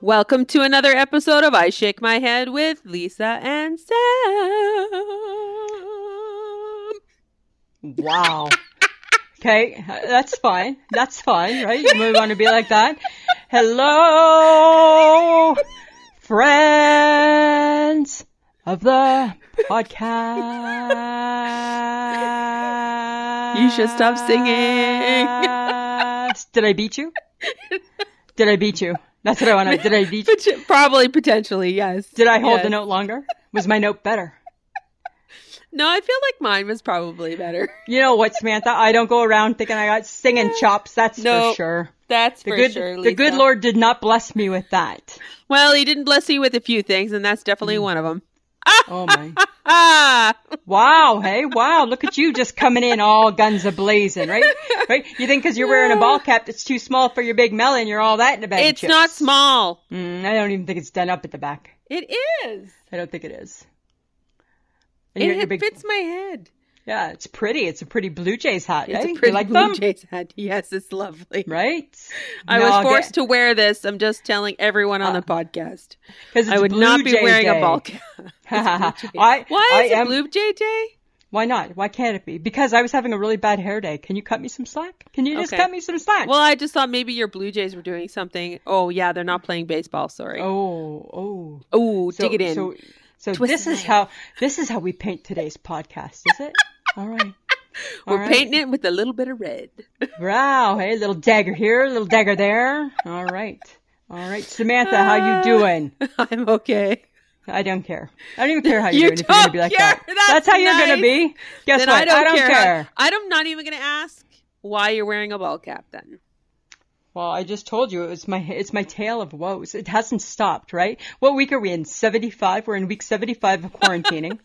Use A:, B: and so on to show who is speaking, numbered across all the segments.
A: Welcome to another episode of I Shake My Head with Lisa and Sam.
B: Wow. okay, that's fine. That's fine, right? You might want to be like that. Hello, friends of the podcast.
A: You should stop singing.
B: Did I beat you? Did I beat you? That's what I want to. Did I beat you?
A: Pot- Probably, potentially, yes.
B: Did I hold
A: Yes.
B: the note longer? Was my note better?
A: No, I feel like mine was probably better.
B: You know what, Samantha? I don't go around thinking I got singing chops. That's
A: No,
B: for sure.
A: That's
B: The
A: for
B: good,
A: sure.
B: the good
A: Lisa.
B: Lord did not bless me with that.
A: Well, he didn't bless you with a few things, and that's
B: Mm.
A: definitely one of them.
B: Oh my!
A: Ah,
B: wow! Hey! Wow! Look at you, just coming in all guns a blazing, right? Right? You think because you're wearing a ball cap that's too small for your big melon, you're all that in a bag of
A: it's
B: chips.
A: not small.
B: Mm, I don't even think it's done up at the back.
A: It is.
B: I don't think it is. And you got
A: It,
B: your
A: it
B: big-
A: fits my head.
B: Yeah, it's pretty. It's a pretty Blue Jays hat.
A: It's a
B: eh? You
A: pretty
B: like
A: blue
B: them?
A: jay's head. Yes, it's lovely.
B: right?
A: I was forced to wear this. I'm just telling everyone on the
B: Uh,
A: podcast.
B: because
A: I would not be wearing a ball cap.
B: I,
A: Why
B: I
A: is
B: am,
A: it blue jay day?
B: Why not? Why can't it be? Because I was having a really bad hair day. Can you cut me some slack? Can you just
A: Okay.
B: cut me some slack?
A: Well, I just thought maybe your Blue Jays were doing something. Oh yeah, they're not playing baseball. Sorry. Oh,
B: oh, oh.
A: dig it in.
B: So, so
A: Twist
B: this
A: my
B: is
A: head.
B: how this is how we paint today's podcast, is it? All right.
A: we're
B: all right.
A: painting it with a little bit of red.
B: Wow, hey, little dagger here, little dagger there. All right. All right, Samantha,
A: Uh.
B: how you doing?
A: I'm okay.
B: I don't care. I don't even care how
A: You
B: you're doing if you're gonna
A: don't
B: be like
A: care.
B: that.
A: That's
B: how you're
A: nice.
B: gonna be. Guess
A: then
B: what?
A: I don't, care. how-
B: care.
A: I'm not even going to ask why you're wearing a ball cap. Then
B: Well, I just told you it's my it's my tale of woes. It hasn't stopped, right? What week are we in? Seventy five. We're in week seventy five of quarantining,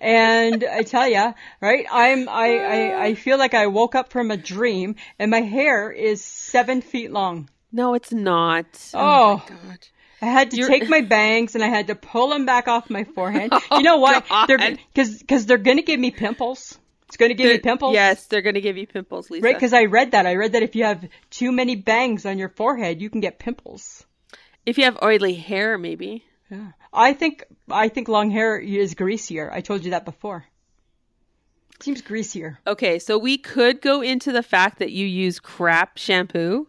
B: and I tell ya, right? I'm I, I I feel like I woke up from a dream, and my hair is seven feet long.
A: no, it's not.
B: Oh.
A: my god.
B: I had to
A: You're-
B: take my bangs and I had to pull them back off my forehead. you know what?
A: Oh God.
B: They're because because they're gonna give me pimples. It's gonna give me
A: They're-
B: pimples.
A: Yes, they're going to give you pimples, Lisa.
B: Right, because I read that. I read that if you have too many bangs on your forehead, you can get pimples.
A: if you have oily hair, maybe.
B: Yeah. I think I think long hair is greasier. I told you that before. Seems greasier.
A: Okay, so we could go into the fact that you use crap shampoo.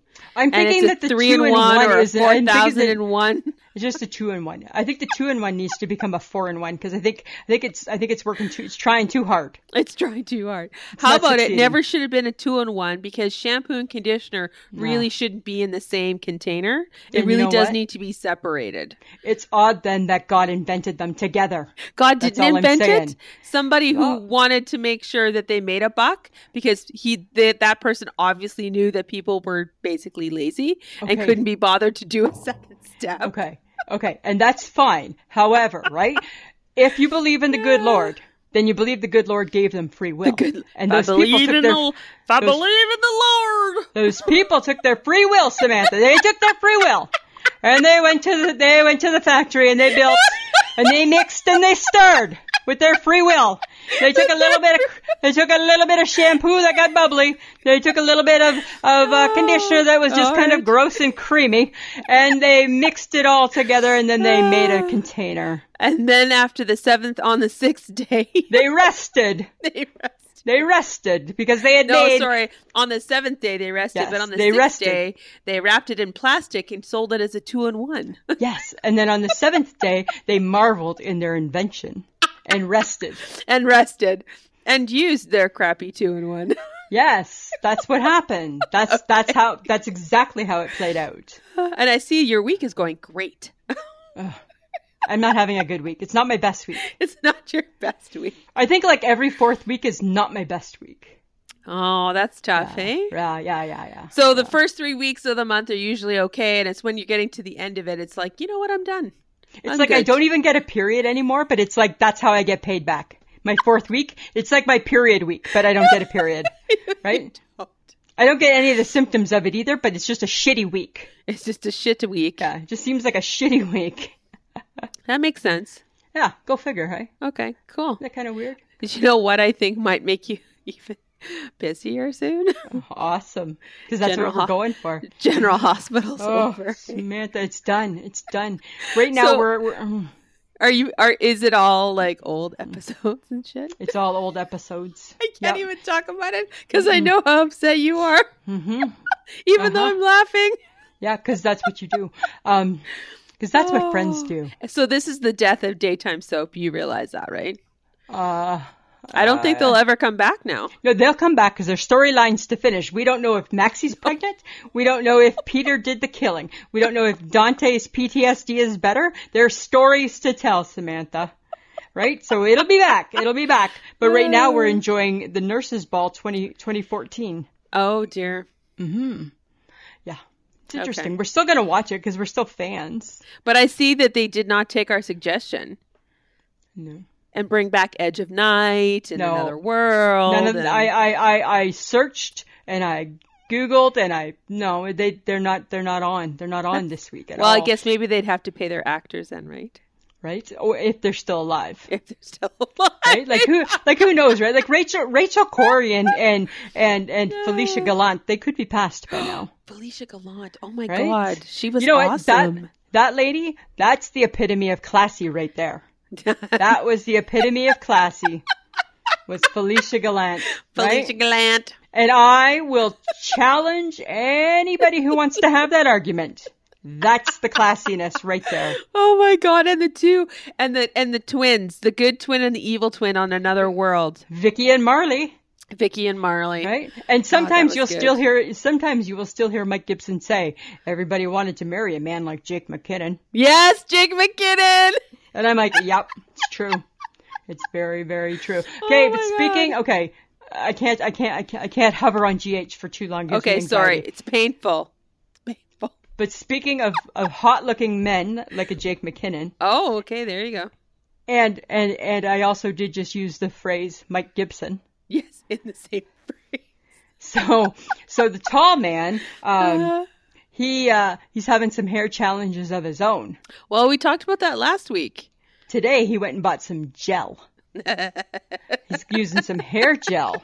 A: and
B: I'm thinking
A: it's a
B: that the
A: three
B: two
A: in
B: and
A: one, or a
B: is I'm
A: four
B: thinking
A: thousand
B: that
A: and one.
B: it's just a two in one. I think the two in one needs to become a four in one because I think I think it's I think it's working too it's trying too hard.
A: It's trying too hard. How
B: not
A: about
B: succeeding.
A: it? Never should have been a two in one because shampoo and conditioner really shouldn't be in the same container. It
B: And you
A: really
B: know
A: does
B: what?
A: need to be separated.
B: It's odd then that God invented them together.
A: God
B: That's
A: didn't
B: all I'm
A: invent it.
B: saying.
A: Somebody who
B: Oh.
A: wanted to make sure that they made a buck because he that that person obviously knew that people were basically lazy and
B: Okay.
A: couldn't be bothered to do a second step.
B: Okay. Okay. And that's fine. However, right? If you believe in the good Lord, then you believe the good Lord gave them free will.
A: Good-
B: and
A: if I
B: those people
A: believe
B: took
A: in
B: their
A: the if I
B: those-
A: believe in the Lord.
B: Those people took their free will, Samantha. They took their free will, and they went to the, they went to the factory and they built and they mixed and they stirred with their free will. They took a little bit of they took a little bit of shampoo that got bubbly. They took a little bit of of uh, conditioner that was just kind of gross and creamy, and they mixed it all together and then they made a container.
A: And then after the seventh on the sixth day
B: They rested.
A: they rested.
B: They rested because they had
A: No,
B: made
A: sorry. On the seventh day they rested,
B: Yes,
A: but on the
B: they
A: sixth
B: rested.
A: day they wrapped it in plastic and sold it as a two in one.
B: yes, and then on the seventh day they marveled in their invention and rested.
A: and rested. And used their crappy two in one.
B: Yes, that's what happened. That's that's how that's exactly how it played out.
A: and I see your week is going great.
B: I'm not having a good week. It's not my best week.
A: It's not your best week.
B: I think like every fourth week is not my best week. Uh,
A: Oh, that's tough, eh?
B: Yeah, yeah, yeah, yeah.
A: So the first three weeks of the month are usually okay, and it's when you're getting to the end of it, it's like, you know what, I'm done.
B: It's
A: I'm
B: like I
A: good.
B: don't even get a period anymore, but it's like that's how I get paid back. My fourth week, it's like my period week, but I don't get a period. Right? I don't get any of the symptoms of it either, but it's just a shitty week.
A: It's just a shit week.
B: Yeah, it just seems like a shitty week.
A: That makes sense.
B: Yeah, go figure, hey?
A: Okay, cool.
B: Isn't that kind of weird?
A: But you know what I think might make you even busier soon.
B: Awesome. Because that's
A: General
B: what we're
A: Ho-
B: going for.
A: General Hospital's
B: Oh,
A: over.
B: Samantha, it's done. It's done. Right now,
A: So-
B: we're, we're mm,
A: Are you? Are is it all like old episodes and shit?
B: it's all old episodes.
A: I can't
B: Yep.
A: even talk about it because I
B: Mm-mm.
A: know how upset you are,
B: hmm
A: even though
B: Uh-huh.
A: I'm laughing.
B: Yeah, because that's what you do. Um, because that's what friends
A: Oh.
B: do.
A: So this is the death of daytime soap. You realize that, right? Oh.
B: Uh,
A: I don't think
B: uh,
A: they'll ever come back now.
B: No, they'll come back because there's storylines to finish. We don't know if Maxie's pregnant. We don't know if Peter did the killing. We don't know if Dante's PTSD is better. There's stories to tell, Samantha. Right? So it'll be back. It'll be back. But right now we're enjoying the Nurses Ball 20, 2014.
A: Oh dear.
B: Yeah. It's interesting. We're still going to watch it because we're still fans.
A: But I see that they did not take our suggestion
B: No.
A: and bring back Edge of Night and
B: No.
A: Another World.
B: None of
A: and-
B: I, I, I, I searched and I Googled and I, no, they, they're not, they're not on. They're not on this week at
A: well,
B: all.
A: I guess maybe they'd have to pay their actors then, right?
B: Right? Or if they're still alive.
A: If they're still alive.
B: right? Like who, like who knows, right? Like Rachel, Rachel Corey and and and and Felicia Gallant, they could be passed by now.
A: Felicia Gallant. Oh my
B: Right?
A: god, she was
B: You know what?
A: awesome.
B: That that lady, that's the epitome of classy right there. That was the epitome of classy. Was Felicia Gallant, right?
A: Felicia Gallant.
B: And I will challenge anybody who wants to have that argument. That's the classiness right there.
A: Oh my god, and the two and the and the twins, the good twin and the evil twin on Another World,
B: Vicky and Marley.
A: Vicky and Marley.
B: Right? And
A: Ah,
B: sometimes
A: was
B: you'll
A: good.
B: still hear sometimes you will still hear Mike Gibson say, Everybody wanted to marry a man like Jake McKinnon.
A: Yes, Jake McKinnon.
B: And I'm like, Yep, it's true. It's very, very true. Okay,
A: Oh
B: but
A: my
B: speaking okay, I can't I can't I can't I can't hover on GH for too long. It gives me
A: Okay, sorry,
B: anxiety.
A: it's painful. It's painful.
B: But speaking of, of hot looking men like a Jake McKinnon,
A: Oh, okay, there you go.
B: and and and I also did just use the phrase Mike Gibson.
A: Yes, in the same phrase.
B: So so the tall man, um,
A: Uh,
B: he uh, he's having some hair challenges of his own.
A: well, we talked about that last week.
B: Today he went and bought some gel. He's using some hair gel.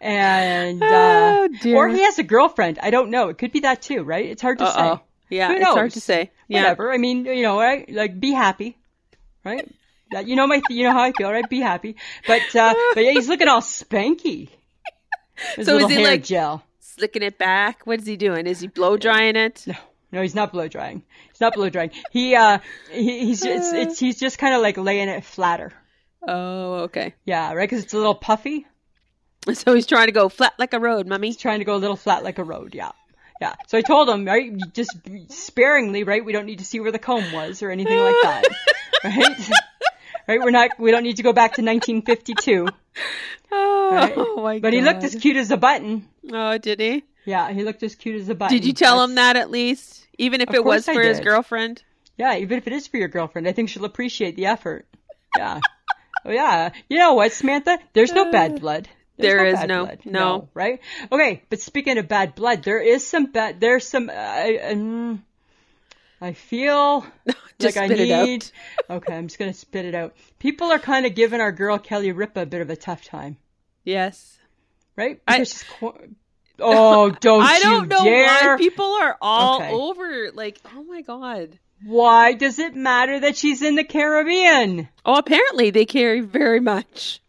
B: And uh,
A: Oh, dear.
B: or he has a girlfriend. I don't know. It could be that too, right? It's hard to
A: Uh
B: say.
A: oh. Yeah,
B: Who
A: it's hard
B: knows?
A: to say. Yeah.
B: Whatever. I mean, you know, right? Like be happy. Right? That you know my you know how I feel, right? Be happy. But uh but yeah, he's looking all spanky. His
A: So is
B: little
A: he,
B: hair
A: like-
B: gel?
A: Slicking it back. What is he doing? Is he blow drying it?
B: No, no, he's not blow drying. He's not blow drying. He uh he, he's just it's he's just kind of like laying it flatter.
A: Oh, okay.
B: Yeah, right? Because it's a little puffy.
A: So he's trying to go flat like a road, mummy.
B: trying to go a little flat like a road. Yeah. Yeah. So I told him, right, you just sparingly, right? We don't need to see where the comb was or anything like that. Right? Right? We're not, we don't need to go back to 1952.
A: Oh,
B: Right?
A: my god.
B: But he looked as cute as a button.
A: Oh, did he?
B: Yeah, he looked as cute as a button.
A: Did you tell him
B: That's-
A: that at least? Even if
B: Of
A: it was
B: course I
A: for his
B: did.
A: girlfriend?
B: Yeah, even if it is for your girlfriend, I think she'll appreciate the effort. Yeah. Oh, yeah. You know what, Samantha? There's no bad blood.
A: Uh, there is
B: bad
A: no-
B: blood.
A: no.
B: Right? Okay, but speaking of bad blood, there is some bad. There's some. Uh, I, um, I feel
A: Just
B: like I
A: spit it out.
B: need. okay, I'm just gonna spit it out. People are kind of giving our girl Kelly Ripa a bit of a tough time,
A: Yes.
B: right?
A: I-
B: Because she's qu- oh, don't
A: I don't
B: you
A: know
B: dare!
A: why people are all
B: Okay.
A: over. Like, oh my god.
B: Why does it matter that she's in the Caribbean?
A: Oh, apparently they carry very much.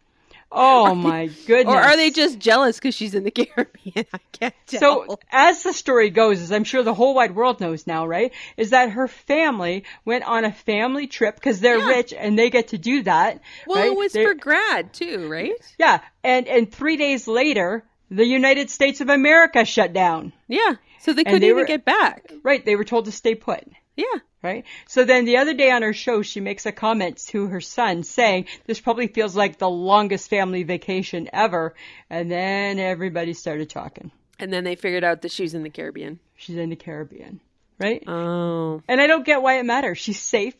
B: Oh my goodness!
A: Or are they just jealous because she's in the Caribbean? I can't tell.
B: So, as the story goes, as I'm sure the whole wide world knows now, right? Is that her family went on a family trip because they're
A: Yeah.
B: rich and they get to do that.
A: well,
B: right?
A: it was
B: They-
A: for grad too, right?
B: yeah, and and three days later, the United States of America shut down.
A: Yeah. So they couldn't
B: they
A: even
B: were-
A: get back.
B: Right, they were told to stay put.
A: Yeah.
B: Right. So then the other day on her show, she makes a comment to her son saying, "This probably feels like the longest family vacation ever." And then everybody started talking.
A: And then they figured out that she's in the Caribbean.
B: She's in the Caribbean, right?
A: Oh.
B: And I don't get why it matters. She's safe,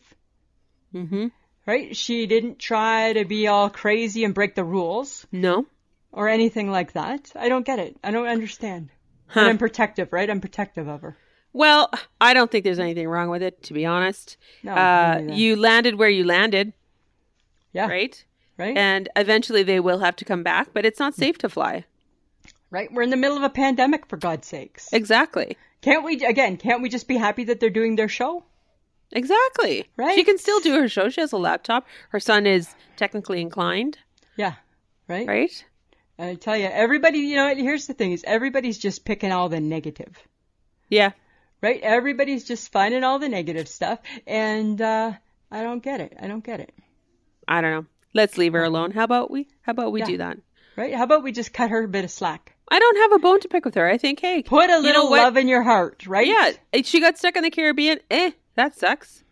A: Mm-hmm.
B: right? She didn't try to be all crazy and break the rules
A: No.
B: or anything like that. I don't get it. I don't understand.
A: Huh.
B: And I'm protective, right? I'm protective of her.
A: Well, I don't think there's anything wrong with it, to be honest.
B: No,
A: uh,
B: me neither.
A: you landed where you landed,
B: Yeah, right. Hmm.
A: right? And eventually they will have to come back, but it's not safe to fly.
B: right? We're in the middle of a pandemic, for God's sakes.
A: Exactly.
B: Can't we, again, can't we just be happy that they're doing their show?
A: Exactly.
B: Right.
A: She can still do her show. She has a laptop. Her son is technically inclined,
B: Yeah, right?
A: right?
B: And I tell you, everybody, you know, what, here's the thing is everybody's just picking all the negative,
A: Yeah.
B: right? Everybody's just finding all the negative stuff. And uh, I don't get it. I don't get it,
A: I don't know. Let's leave her alone. How about we? How about we
B: Yeah.
A: do that?
B: right? How about we just cut her a bit of slack?
A: I don't have a bone to pick with her. I think, hey,
B: Put a
A: you know
B: little
A: what?
B: love in your heart, right?
A: Yeah, and she got stuck in the Caribbean. Eh, that sucks.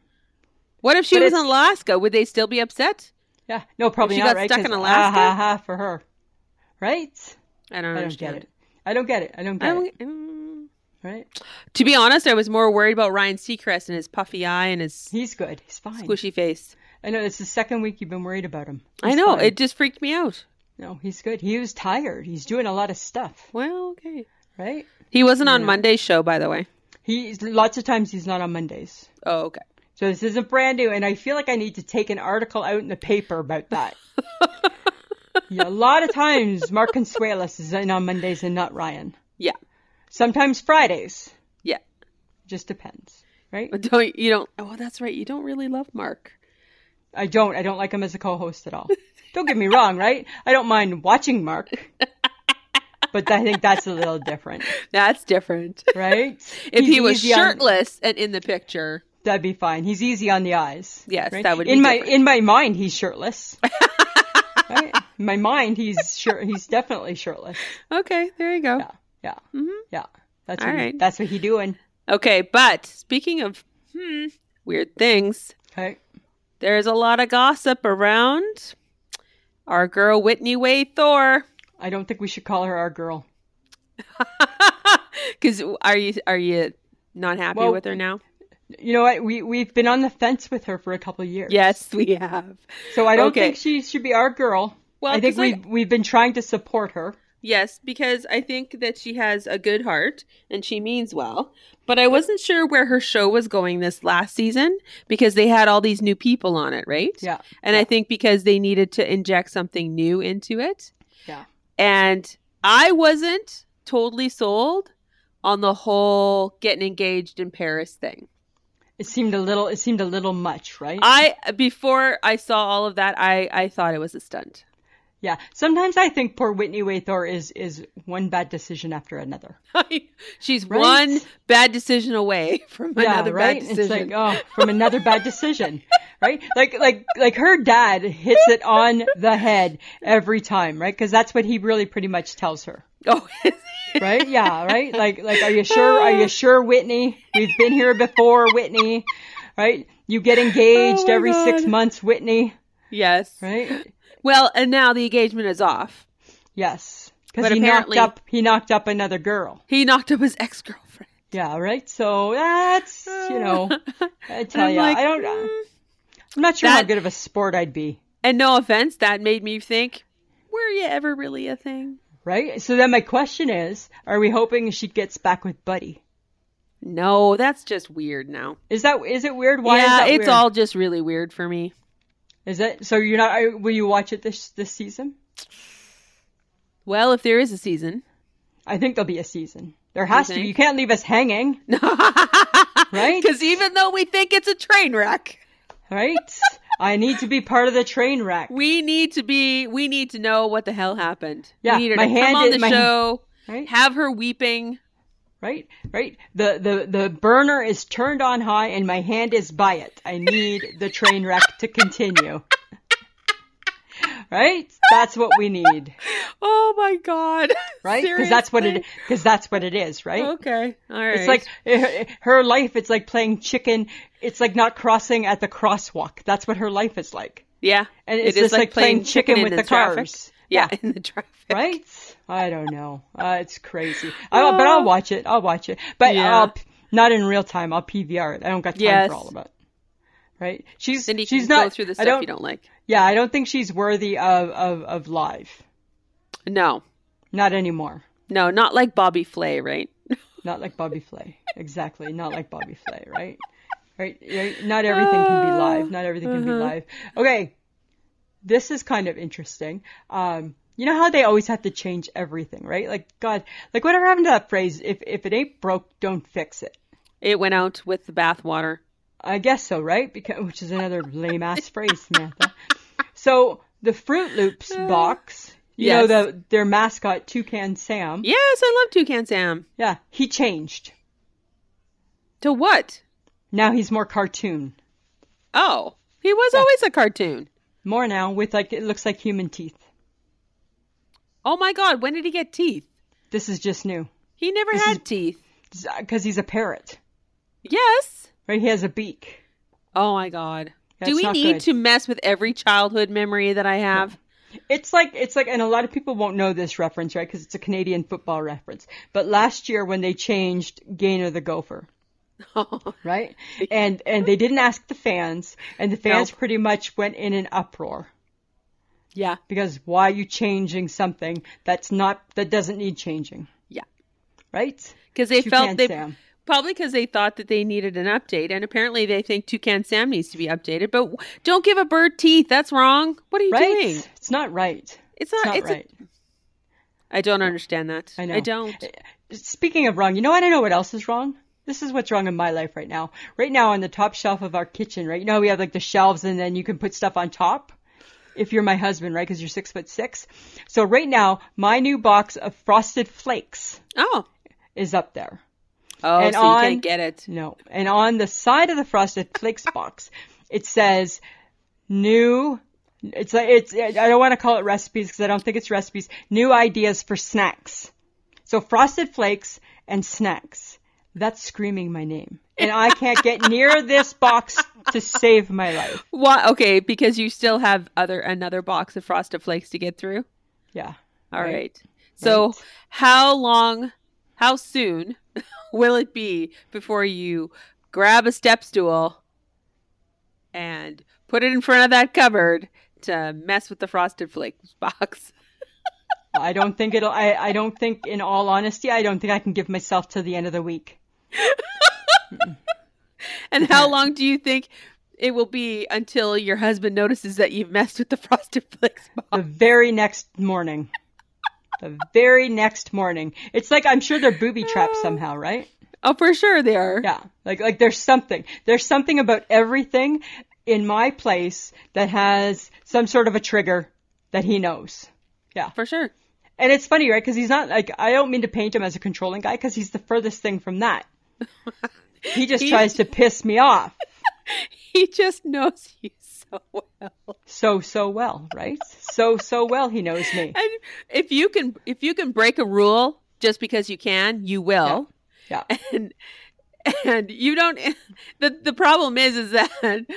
A: What if she
B: But
A: was in
B: it's-
A: Alaska? Would they still be upset?
B: Yeah. No, probably
A: She
B: not,
A: got
B: right?
A: stuck
B: 'Cause
A: in Alaska?
B: ah, ha, ha, for her, right?
A: I don't
B: I don't
A: understand.
B: get it. I don't get it. I don't get
A: I don't-
B: it.
A: mm.
B: Right?
A: To be honest, I was more worried about Ryan Seacrest and his puffy eye and his
B: He's good. He's fine.
A: squishy face.
B: I know it's the second week you've been worried about him.
A: I
B: He's
A: know
B: fine.
A: it just freaked me out.
B: No, he's good. He was tired. He's doing a lot of stuff,
A: Well, okay.
B: right?
A: He wasn't on Monday's show, by the way.
B: He's lots of times he's not on Mondays.
A: Oh, okay.
B: So this isn't brand new, and I feel like I need to take an article out in the paper about that. yeah, a lot of times Mark Consuelos is in on Mondays and not Ryan.
A: Yeah,
B: Sometimes Fridays.
A: yeah.
B: Just depends, right?
A: But don't you don't? Oh, that's right. You don't really love Mark.
B: I don't. I don't like him as a co-host at all. Don't get me wrong, right? I don't mind watching Mark, but I think that's a little different,
A: That's different.
B: right?
A: if he was
B: easy on-
A: shirtless and in the picture,
B: that'd be fine. He's easy on the eyes.
A: Yes,
B: right?
A: that would
B: in
A: be
B: my
A: different.
B: in my mind he's shirtless. right? In my mind he's sure he's definitely shirtless.
A: okay. There you go.
B: Yeah, yeah, yeah. That's
A: All
B: what he-
A: right.
B: that's what he doing.
A: Okay, but speaking of hmm, weird things,
B: Right?
A: there's a lot of gossip around our girl Whitney Way Thor.
B: I don't think we should call her our girl.
A: Because are you are you not happy
B: Well-
A: with her now?
B: You know what? We we've been on the fence with her for a couple of years.
A: Yes, we have.
B: So I don't
A: Okay.
B: think she should be our girl.
A: Well,
B: I think
A: 'cause, like-
B: we've we've been trying to support her.
A: Yes, because I think that she has a good heart and she means well. But I wasn't sure where her show was going this last season because they had all these new people on it, right?
B: Yeah.
A: And I
B: yeah,
A: think because they needed to inject something new into it.
B: yeah.
A: And I wasn't totally sold on the whole getting engaged in Paris thing.
B: It seemed a little it seemed a little much, right?
A: I before I saw all of that, I I thought it was a stunt.
B: yeah. Sometimes I think poor Whitney Waythor is is one bad decision after another.
A: She's
B: Right?
A: one bad decision away from another
B: right?
A: bad decision.
B: It's like, oh, from another bad decision, right? Like, like, like her dad hits it on the head every time, right? Because that's what he really pretty much tells her,
A: oh,
B: right? Yeah, right. Like, like, are you sure? Are you sure, Whitney? We've been here before, Whitney, right? You get engaged
A: Oh my
B: every six
A: God.
B: months, Whitney,
A: yes.
B: right?
A: Well, and now the engagement is off.
B: Yes, because
A: But
B: he knocked
A: apparently-
B: up, he knocked up another girl.
A: He knocked up his ex girlfriend.
B: Yeah, right. So that's you know, I tell
A: I'm
B: you,
A: like,
B: I don't.
A: mm.
B: I'm not sure how
A: That-
B: good of a sport I'd be.
A: And no offense, that made me think, were you ever really a thing?
B: Right? So then my question is, are we hoping she gets back with Buddy?
A: No, that's just weird now.
B: Is that is it weird? Why
A: yeah,
B: is that
A: it's
B: weird?
A: all just really weird for me.
B: Is it so you're not are, will you watch it this this season?
A: Well, if there is a season,
B: I think there'll be a season. There has to. be.
A: think?
B: You can't leave us hanging, Right?
A: Because even though we think it's a train wreck,
B: right? I need to be part of the train wreck.
A: we need to be, we need to know what the hell happened.
B: Yeah,
A: we need her
B: my
A: to
B: hand
A: come on
B: is-
A: the
B: my-
A: show,
B: Right?
A: have her weeping.
B: Right? Right? The the the burner is turned on high and my hand is by it. I need the train wreck to continue. Right? That's what we need.
A: Oh my god!
B: Right? Because that's what it
A: Seriously?
B: because that's what it is, right?
A: Okay, all right.
B: It's like eh, her life. It's like playing chicken. It's like not crossing at the crosswalk. That's what her life is like.
A: yeah,
B: And
A: it
B: it's
A: is
B: just like, playing, chicken,
A: in
B: with the,
A: traffic.
B: cars.
A: Yeah, in the traffic.
B: Yeah, right. I don't know. Uh, it's crazy. I, but I'll watch it. I'll watch it. But
A: Yeah.
B: I'll, not in real time. I'll PVR it. I don't got time
A: Yes.
B: for all of it. Right? She's
A: Then you
B: she's
A: can
B: not.
A: go through the
B: I
A: stuff
B: don't,
A: you don't like.
B: Yeah, I don't think she's worthy of of of live.
A: No,
B: Not anymore.
A: no, not like Bobby Flay, right?
B: Not like Bobby Flay. Exactly. Not like Bobby Flay, right? Right? right? Not everything can be live. Not everything can be live. Okay. This is kind of interesting. Um, You know how they always have to change everything, right? Like God, like whatever happened to that phrase? If if it ain't broke, don't fix it.
A: It went out with the bathwater.
B: I guess so, right? Because which is another lame ass phrase, Samantha. So the Fruit Loops box, you
A: Yes.
B: know the their mascot Toucan Sam.
A: Yes, I love Toucan Sam.
B: Yeah, he changed.
A: To what?
B: Now he's more cartoon.
A: Oh, he was always a cartoon.
B: More now with like it looks like human teeth.
A: Oh my God, when did he get teeth?
B: This is just new
A: He never
B: This
A: had
B: is-
A: teeth.
B: because he's a parrot,
A: Yes.
B: right? He has a beak.
A: Oh my God.
B: That's
A: Do we
B: not
A: need
B: good.
A: to mess with every childhood memory that I have?
B: It's like it's like, and a lot of people won't know this reference, right? Because it's a Canadian football reference. But last year, when they changed Gainer the Gopher, right, and and they didn't ask the fans, and the fans
A: Nope.
B: pretty much went in an uproar
A: yeah.
B: because why are you changing something that's not that doesn't need changing,
A: Yeah.
B: right?
A: Because they
B: Toucan
A: felt they
B: Sam.
A: probably because they thought that they needed an update, and apparently they think Toucan Sam needs to be updated. But w- don't give a bird teeth. That's wrong. What are you
B: right?
A: doing?
B: It's not right.
A: It's
B: It's
A: not.
B: not
A: It's, I
B: right.
A: I don't understand that.
B: I know.
A: I don't.
B: Speaking of wrong, you know what? I know what else is wrong. This is what's wrong in my life right now. Right now, on the top shelf of our kitchen, right? You know, we have like the shelves and then you can put stuff on top. If you're my husband, right? Because you're six foot six. So right now, my new box of frosted flakes
A: Oh.
B: is up there.
A: Oh,
B: And
A: so you
B: on-
A: can't get it.
B: No. And on the side of the frosted flakes box, it says new. It's like it's. I don't want to call it recipes because I don't think it's recipes. New ideas for snacks. So frosted flakes and snacks. That's screaming my name, and I can't get near this box to save my life.
A: Why? Okay, because you still have other another box of Frosted Flakes to get through.
B: Yeah.
A: All right.
B: Right.
A: So
B: Right.
A: how long, how soon will it be before you grab a step stool and put it in front of that cupboard to mess with the Frosted Flakes box?
B: I don't think it'll. I, I don't think, in all honesty, I don't think I can give myself to the end of the week.
A: And how long do you think it will be until your husband notices that you've messed with the Frosted Flakes box?
B: the very next morning. The very next morning. It's like I'm sure they're booby trapped somehow, right?
A: Oh, for sure they are.
B: Yeah. Like like there's something. There's something about everything in my place that has some sort of a trigger that he knows.
A: For sure.
B: And it's funny, right? Because he's not like I don't mean to paint him as a controlling guy because he's the furthest thing from that. He just
A: He-
B: tries to piss me off
A: He just knows you so well.
B: so so well, right? So so well he knows me.
A: And if you can if you can break a rule just because you can, you will.
B: Yeah.
A: And and you don't the the problem is is that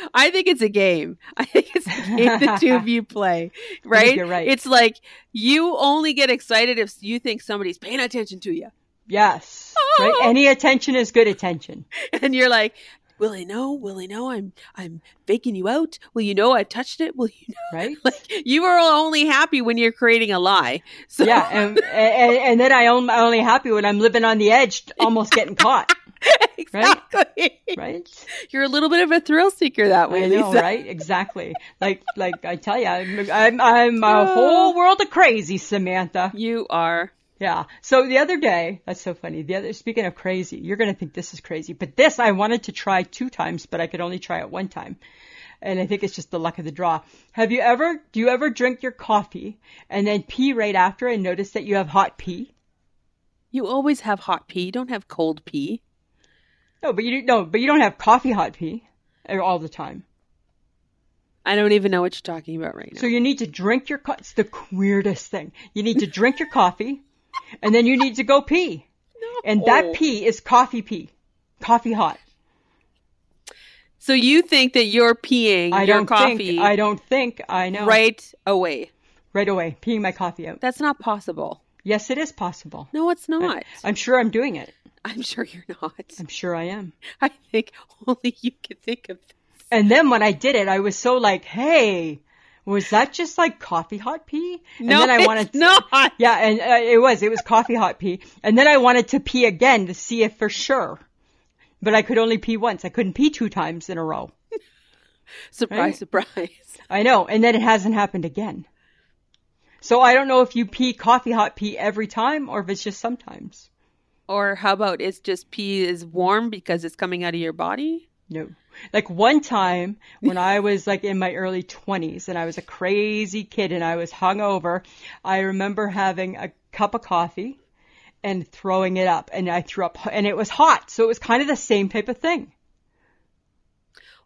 A: I think it's a game. I think it's a game the two of you play. Right?
B: you're right.
A: It's like you only get excited if you think somebody's paying attention to you.
B: Yes. Right? Any attention is good attention.
A: And you're like, Will he know? Will he know I'm I'm faking you out? Will you know I touched it? Will you know?
B: Right?
A: Like you are only happy when you're creating a lie. So
B: Yeah, and, and and then I am only happy when I'm living on the edge, almost getting caught.
A: exactly.
B: Right?
A: You're a little bit of a thrill seeker that way,
B: I know,
A: Lisa.
B: right? Exactly. Like like I tell you, I'm I'm, I'm a whole world of crazy, Samantha.
A: You are.
B: Yeah. So the other day, that's so funny. The other speaking of crazy, you're gonna think this is crazy, but this I wanted to try two times, but I could only try it one time. And I think it's just the luck of the draw. Have you ever do you ever drink your coffee and then pee right after and notice that you have hot pee?
A: You always have hot pee. You don't have cold pee.
B: No, but you no, but you don't have coffee hot pee uh, all the time.
A: I don't even know what you're talking about right now.
B: So you need to drink your coffee. It's the weirdest thing. You need to drink your coffee, and then you need to go pee, and that
A: No.
B: pee is coffee pee, coffee hot.
A: So you think that you're peeing
B: I
A: your
B: don't
A: coffee
B: think. I don't think. I know.
A: right away.
B: Right away, peeing my coffee out.
A: That's not possible.
B: Yes, it is possible.
A: No, it's not.
B: I'm sure I'm doing it.
A: I'm sure you're not.
B: I'm sure I am.
A: I think only you can think of this.
B: And then when I did it, I was so like, hey, was that just like coffee hot pee? And
A: No,
B: then I
A: it's
B: wanted to-
A: not.
B: Yeah, and uh, it was. It was coffee hot pee. And then I wanted to pee again to see if for sure. But I could only pee once. I couldn't pee two times in a row.
A: Surprise,
B: Right?
A: surprise.
B: I know. And then it hasn't happened again. So I don't know if you pee coffee hot pee every time or if it's just sometimes.
A: Or how about it's just pee is warm because it's coming out of your body?
B: No. Like one time when I was like in my early 20s and I was a crazy kid and I was hungover, I remember having a cup of coffee and throwing it up and I threw up and it was hot. So it was kind of the same type of thing.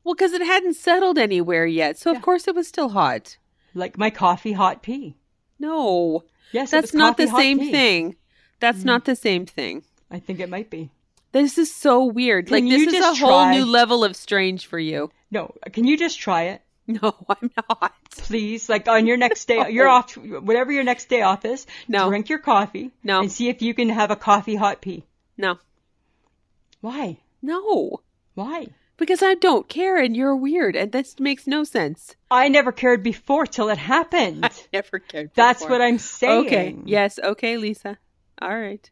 A: Well, because it hadn't settled anywhere yet. So,
B: Yeah.
A: of course, it was still hot.
B: Like my coffee hot pee.
A: No,
B: Yes, it was
A: that's not
B: coffee
A: the
B: hot Mm.
A: same
B: pee.
A: thing. That's not the same thing.
B: I think it might be.
A: This is so weird.
B: Can
A: like, this
B: you
A: is a
B: just
A: whole
B: try-
A: new level of strange for you.
B: No, can you just try it?
A: No, I'm not.
B: please, like on your next day, you're off, whatever your next day off is,
A: Oh. No.
B: drink your coffee
A: No.
B: and see if you can have a coffee hot pee.
A: No,
B: Why?
A: no.
B: Why?
A: Because I don't care and you're weird and this makes no sense.
B: I never cared before till it happened.
A: Never cared.
B: That's
A: before.
B: what I'm saying.
A: Okay. Yes. Okay, Lisa. All right.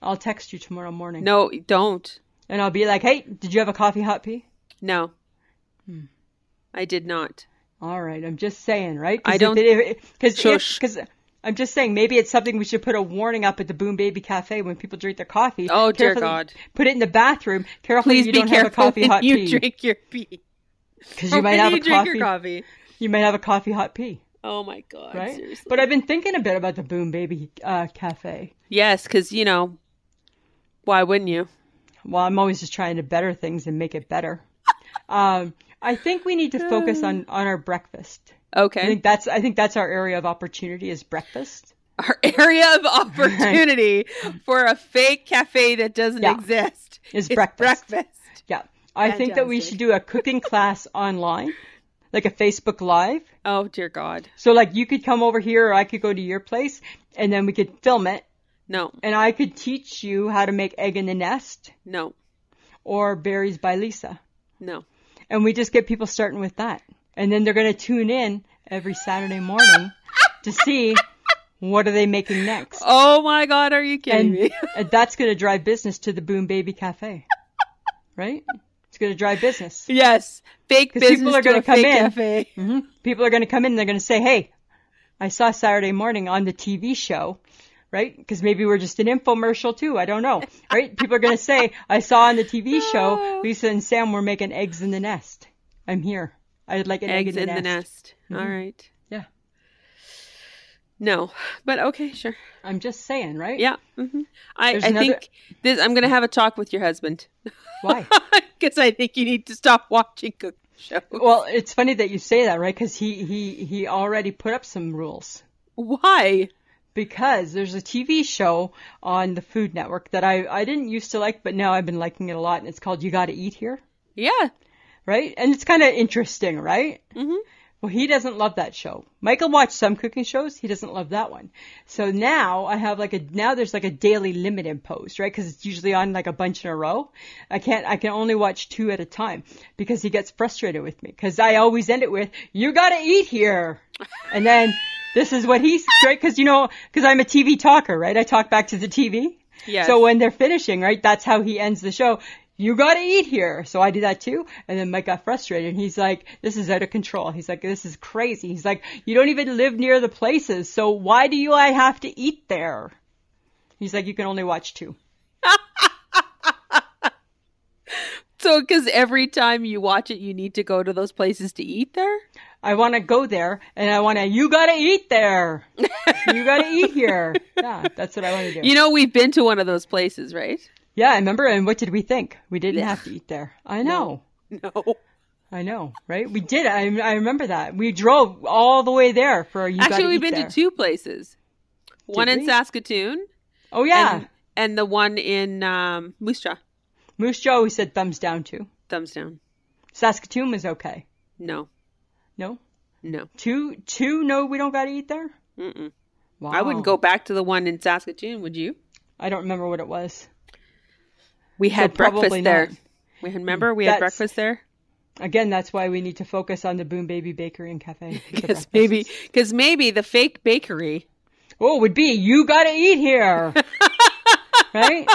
B: I'll text you tomorrow morning.
A: No, don't.
B: And I'll be like, hey, did you have a coffee hot pee?
A: No.
B: Hmm.
A: I did not.
B: All right. I'm just saying, right?
A: I don't- Shush.
B: Because I'm just saying, maybe it's something we should put a warning up at the Boom Baby Cafe when people drink their coffee.
A: Oh, dear
B: Carefully-
A: God.
B: Put it in the bathroom. Carefully,
A: Please
B: you
A: be
B: don't have a
A: careful
B: coffee
A: when
B: hot
A: you
B: pee.
A: drink your pee.
B: Because
A: Or
B: you might
A: when
B: have
A: you
B: a
A: drink
B: coffee.
A: your coffee.
B: You might have a coffee hot pee,
A: Oh my God.
B: right?
A: Seriously.
B: But I've been thinking a bit about the Boom Baby uh, Cafe.
A: yes, because you know, why wouldn't you?
B: Well, I'm always just trying to better things and make it better. um, I think we need to focus on on our breakfast. I
A: Okay.
B: think that's I think that's our area of opportunity is breakfast.
A: Our area of opportunity for a fake cafe that doesn't
B: Yeah.
A: exist
B: Is breakfast.
A: breakfast.
B: Yeah, I think that we
A: Fantastic.
B: should do a cooking class online, like a Facebook Live.
A: Oh dear God.
B: So like you could come over here, or I could go to your place, and then we could film it,
A: No,
B: and I could teach you how to make egg in the nest
A: no,
B: or berries by Lisa.
A: no.
B: And we just get people starting with that. And then they're going to tune in every Saturday morning to see what are they making next.
A: Oh my God, are you kidding
B: and,
A: me?
B: and that's going to drive business to the Boom Baby Cafe. Right? It's going to drive business.
A: yes, fake
B: 'Cause
A: business
B: people are
A: to
B: gonna
A: a
B: come
A: fake
B: in.
A: cafe.
B: hmm People are going to come in and they're going to say, "Hey, I saw Saturday morning on the TV show." Right? Because maybe we're just an infomercial too. I don't know. Right? People are going to say, I saw on the TV show Lisa and Sam were making eggs in the nest. I'm here. I'd like an
A: Eggs
B: egg
A: in the nest. All right.
B: Mm-hmm. Yeah.
A: No, but okay, sure.
B: I'm just saying, right?
A: Yeah. hmm I, I
B: There's another-
A: think this. I'm going to have a talk with your husband
B: Why?
A: because I think you need to stop watching cook shows.
B: Well, it's funny that you say that, right? Because he, he, he already put up some rules.
A: Why?
B: Because there's a TV show on the Food Network that I, I didn't used to like, but now I've been liking it a lot, and it's called You Gotta Eat Here,
A: Yeah.
B: right? And it's kind of interesting, right?
A: Mhm.
B: Well, he doesn't love that show. Michael watched some cooking shows. He doesn't love that one. So now I have like a, now there's like a daily limit imposed, right? Cause it's usually on like a bunch in a row. I can't, I can only watch two at a time because he gets frustrated with me. Cause I always end it with, you gotta eat here. And then this is what he's, right? Cause you know, cause I'm a TV talker, right? I talk back to the TV.
A: Yes.
B: So when they're finishing, right, that's how he ends the show. You gotta eat here. So I do that too. And then Mike got frustrated and he's like, this is out of control. He's like, this is crazy. He's like, you don't even live near the places. So why do you, I have to eat there? He's like, you can only watch two.
A: So, because every time you watch it, you need to go to those places to eat there?
B: I want to go there and I want to, you gotta eat there. you gotta eat here. Yeah, that's what I want to do.
A: You know, we've been to one of those places, right?
B: yeah, I remember. And what did we think? We didn't
A: Yeah.
B: have to eat there. I know.
A: No.
B: I know, right? We did. I, I remember that. We drove all the way there for you.
A: Actually,
B: Gotta
A: we've
B: Eat
A: been
B: There.
A: to two places one in
B: we?
A: Saskatoon
B: Oh yeah,
A: and, and the one in um, Moose Jaw.
B: Moose Jaw. We said thumbs down too.
A: Thumbs down.
B: Saskatoon was okay.
A: No,
B: No,
A: no.
B: two, two. No, we don't gotta eat there.
A: Mm-mm.
B: Wow.
A: I wouldn't go back to the one in Saskatoon, would you?
B: I don't remember what it was.
A: We had
B: probably
A: breakfast there.
B: not.
A: We remember we had
B: That's-
A: breakfast there
B: Again, that's why we need to focus on the Boom Baby Bakery and Cafe. for
A: because
B: breakfast.
A: maybe because maybe the fake bakery.
B: oh, it would be you gotta eat here, right?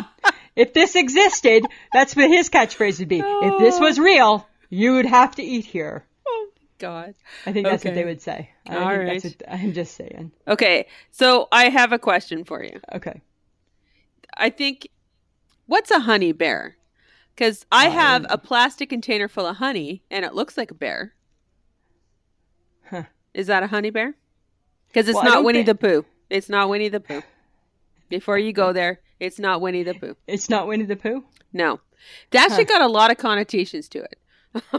B: If this existed, that's what his catchphrase would be. If this was real, you would have to eat here.
A: Oh God.
B: I think that's what
A: Okay.
B: they would say. I
A: All
B: think that's
A: right.
B: what- I'm just saying.
A: Okay, so I have a question for you.
B: Okay.
A: I think what's a honey bear? Because I
B: Oh.
A: have a plastic container full of honey and it looks like a bear.
B: Huh.
A: Is that a honey bear? Because it's
B: Well, I
A: not
B: don't
A: Winnie
B: thi-
A: the Pooh. It's not Winnie the Pooh. Before you go there, it's not Winnie the Pooh.
B: It's not Winnie the Pooh.
A: No. That actually got a lot of connotations to it.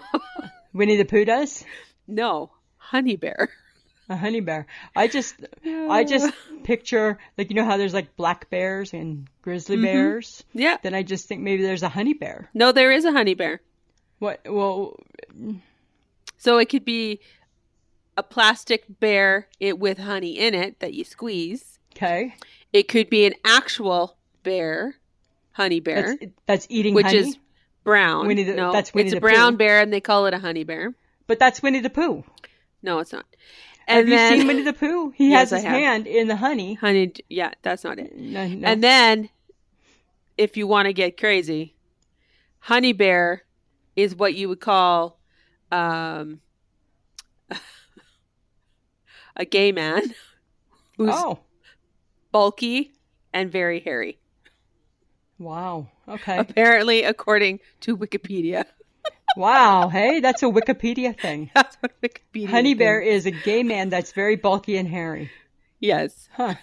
B: Winnie the Pooh does
A: No, honey bear.
B: a honey bear. I just, I just picture like you know how there's like black bears and
A: Mm-hmm.
B: grizzly bears.
A: Yeah.
B: Then I just think maybe there's a honey bear.
A: No, there is a honey bear.
B: What? Well,
A: So it could be a plastic bear it with honey in it that you squeeze.
B: okay.
A: It could be an actual bear, honey
B: That's,
A: bear,
B: that's eating
A: which
B: honey.
A: is brown.
B: Winnie the-
A: no,
B: that's Winnie
A: it's a
B: the
A: brown
B: Pooh.
A: bear, and they call it a honey bear.
B: But that's Winnie the Pooh.
A: No, it's not.
B: Have
A: And
B: you
A: then
B: seen Winnie the Pooh? He
A: Yes, I
B: has his
A: have.
B: hand in the honey.
A: honey, yeah, that's not it.
B: No, no.
A: And then, if you want to get crazy, honey bear is what you would call um, a gay man who's
B: oh,
A: bulky and very hairy.
B: wow. Okay.
A: Apparently, according to Wikipedia.
B: wow. Hey, that's a Wikipedia thing.
A: That's what Wikipedia.
B: Honey bear
A: thinks.
B: is a gay man that's very bulky and hairy.
A: Yes.
B: Huh.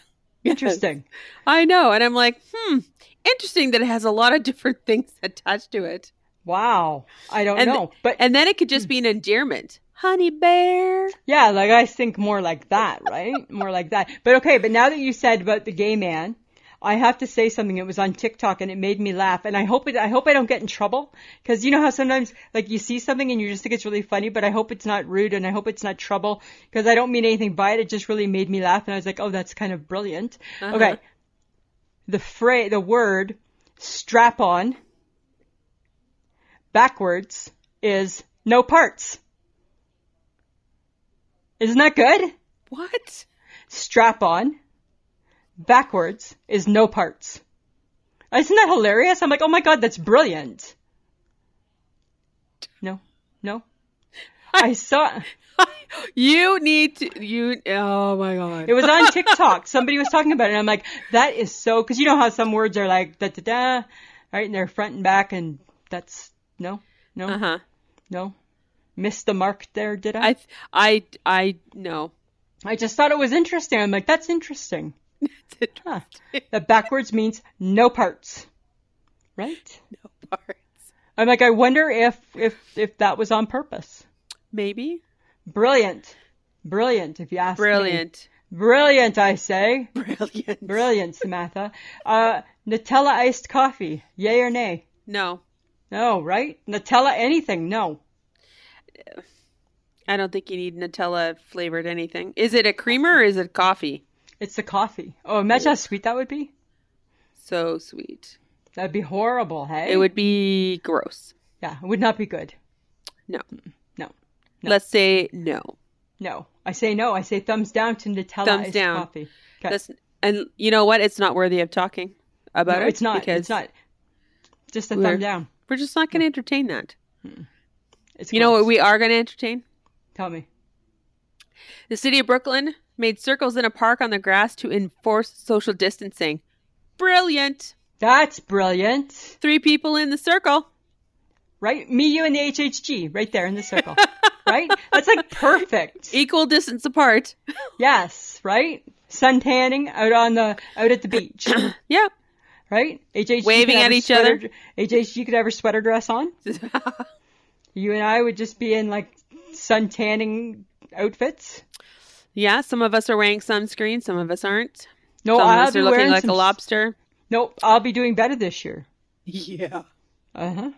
A: Yes.
B: Interesting.
A: I know, and I'm like, hmm, interesting that it has a lot of different things attached to it.
B: Wow. I don't
A: And-
B: know. But
A: And then it could
B: Hmm.
A: just be an endearment. Honey bear.
B: yeah, like I think more like that, right? More like that. But okay, but now that you said about the gay man, I have to say something. It was on TikTok and it made me laugh. And I hope it, I hope I don't get in trouble because you know how sometimes like you see something and you just think it's really funny, but I hope it's not rude and I hope it's not trouble because I don't mean anything by it. It just really made me laugh and I was like, oh, that's kind of brilliant. Okay. The phrase, the word strap on backwards is no parts. Isn't that good?
A: What?
B: Strap on backwards is no parts. Isn't that hilarious? I'm like, oh my god, that's brilliant. No, no. I saw
A: you need to. You. Oh my god.
B: it was on TikTok. Somebody was talking about it, and I'm like, that is so because you know how some words are like da da da, right? And they're front and back, and that's no, no,
A: Uh huh.
B: no. Missed the mark there, did Uh-huh.
A: I.
B: I?
A: I. I. No.
B: I just thought it was interesting. I'm like, that's interesting.
A: It's a
B: Huh. That backwards means no parts, right?
A: no parts.
B: I'm like, I wonder if if if that was on purpose.
A: Maybe.
B: Brilliant, brilliant. If you ask me.
A: Brilliant.
B: brilliant. I say,
A: Brilliant.
B: brilliant, Samantha. Uh, Nutella iced coffee, yay or nay?
A: No,
B: No, right? Nutella anything? No.
A: I don't think you need Nutella flavored anything. Is it a creamer or is it coffee?
B: It's the coffee. Oh, imagine how sweet that would be.
A: So sweet.
B: That'd be horrible, hey?
A: It would be gross.
B: Yeah, it would not be good.
A: No.
B: No.
A: Let's say no.
B: No. I say no. I say thumbs down to Nutella
A: Thumbs
B: iced
A: down.
B: coffee. Okay.
A: That's and you know what? It's not worthy of talking about
B: No,
A: it.
B: it's not.
A: because
B: It's not. Just a
A: we're-
B: thumb down.
A: We're just not going to entertain that.
B: It's
A: You know what
B: gross.
A: we are going to entertain?
B: Tell me.
A: The city of Brooklyn made circles in a park on the grass to enforce social distancing. Brilliant.
B: That's brilliant.
A: Three people in the circle.
B: Right? Me, you, and the HHG right there in the circle. right? That's like perfect.
A: Equal distance apart.
B: Yes, right? Sun tanning out on the out at the beach.
A: Yep.
B: right? HHG
A: Waving
B: could have
A: at
B: her
A: each
B: sweater,
A: other.
B: HHG could have her sweater dress on. You and I would just be in like sun tanning outfits.
A: yeah, some of us are wearing sunscreen, some of us aren't.
B: No,
A: some of
B: Oh, I'll
A: us
B: be
A: are looking
B: wearing
A: like
B: some,
A: a lobster.
B: No, I'll be doing better this year.
A: Yeah.
B: Uh huh.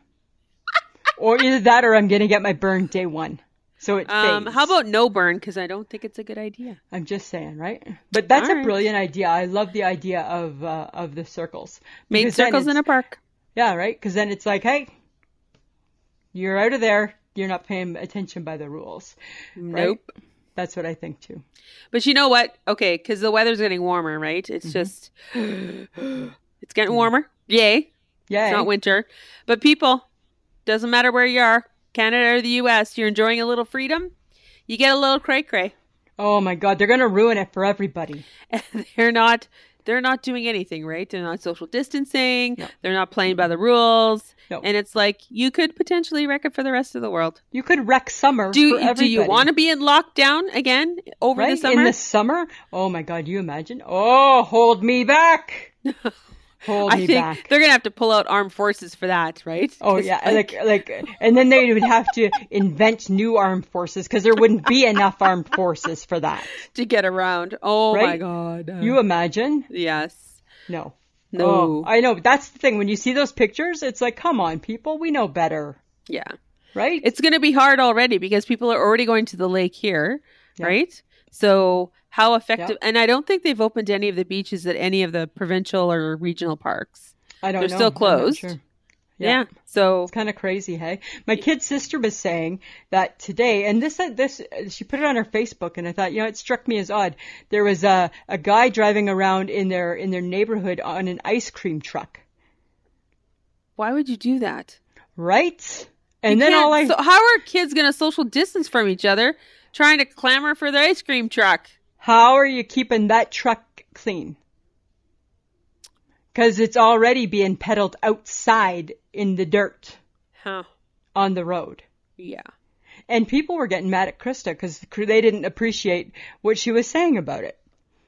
B: or either that, or I'm gonna get my burn day one. So it
A: Um,
B: fades.
A: how about no burn? Because I don't think it's a good idea.
B: I'm just saying, right? But that's a
A: Alright.
B: brilliant idea. I love the idea of uh, of the circles.
A: Made
B: Because then
A: circles in
B: it's-
A: a park.
B: Yeah, right? Because then it's like, hey, you're out of there. You're not paying attention by the rules. right?
A: Nope.
B: That's what I think too.
A: But you know what? Okay, because the weather's getting warmer, right?
B: Mm-hmm.
A: It's just it's getting warmer. Yay!
B: Yeah.
A: It's not winter, but people doesn't matter where you are, Canada or the U.S. You're enjoying a little freedom. you get a little cray cray.
B: Oh my God, they're gonna ruin it for everybody.
A: And they're not they're not doing anything, right? They're not social distancing. They're not playing by the rules.
B: No.
A: And it's like you could potentially wreck it for the rest of the world.
B: You could wreck summer.
A: Do
B: for everybody.
A: do you want to be in lockdown again over
B: right
A: the summer?
B: in the summer? Oh my God, you imagine? Oh, hold me back. Hold
A: I
B: me
A: think
B: back.
A: they're gonna have to pull out armed forces for that, right?
B: Oh
A: 'Cause,
B: yeah, like like, and then they would have to invent new armed forces because there wouldn't be enough armed forces for that.
A: to get around. Oh my
B: Right?
A: god. Uh,
B: You imagine?
A: yes.
B: No.
A: No.
B: Oh, I know. but That's the thing. When you see those pictures, it's like, come on, people, we know better,
A: yeah.
B: right?
A: It's gonna be hard already because people are already going to the lake here,
B: Yeah.
A: right? So how effective
B: Yeah.
A: and I don't think they've opened any of the beaches at any of the provincial or regional parks.
B: I don't
A: they're
B: know.
A: still
B: I'm not
A: closed.
B: sure.
A: Yeah. So
B: It's kind of crazy, hey. My kid's sister was saying that today, and this uh, this she put it on her Facebook, and I thought, you know, it struck me as odd. There was a a guy driving around in their in their neighborhood on an ice cream truck,
A: why would you do that?
B: right?
A: You
B: And then
A: can't-
B: all I
A: so how are kids gonna social distance from each other trying to clamor for their ice cream truck?
B: How are you keeping that truck clean? Because it's already being peddled outside in the dirt
A: Huh.
B: on the road.
A: Yeah.
B: And people were getting mad at Krista because they didn't appreciate what she was saying about it.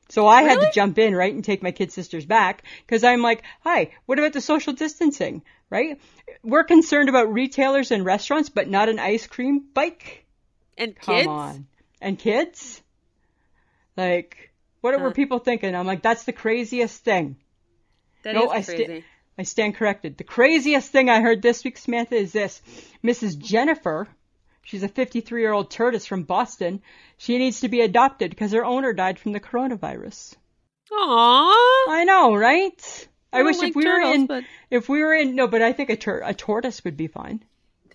B: So I had to jump in, right, and take my kid sisters back because I'm like, hi, what about the social distancing, right? We're concerned about retailers and restaurants, but not an ice cream bike.
A: And
B: Come
A: kids
B: on. And kids? Like, what were people thinking? I'm like, that's the craziest thing.
A: that is
B: No, I sta-
A: crazy.
B: I stand corrected. The craziest thing I heard this week, Samantha, is this. Mrs. Jennifer, she's a 53 year old tortoise from Boston. She needs to be adopted because her owner died from the coronavirus.
A: Aww.
B: I know, right? I,
A: I don't
B: wish
A: like
B: if we were
A: turtles,
B: in,
A: but-
B: if we were in, no, but I think a, tur- a tortoise would be fine.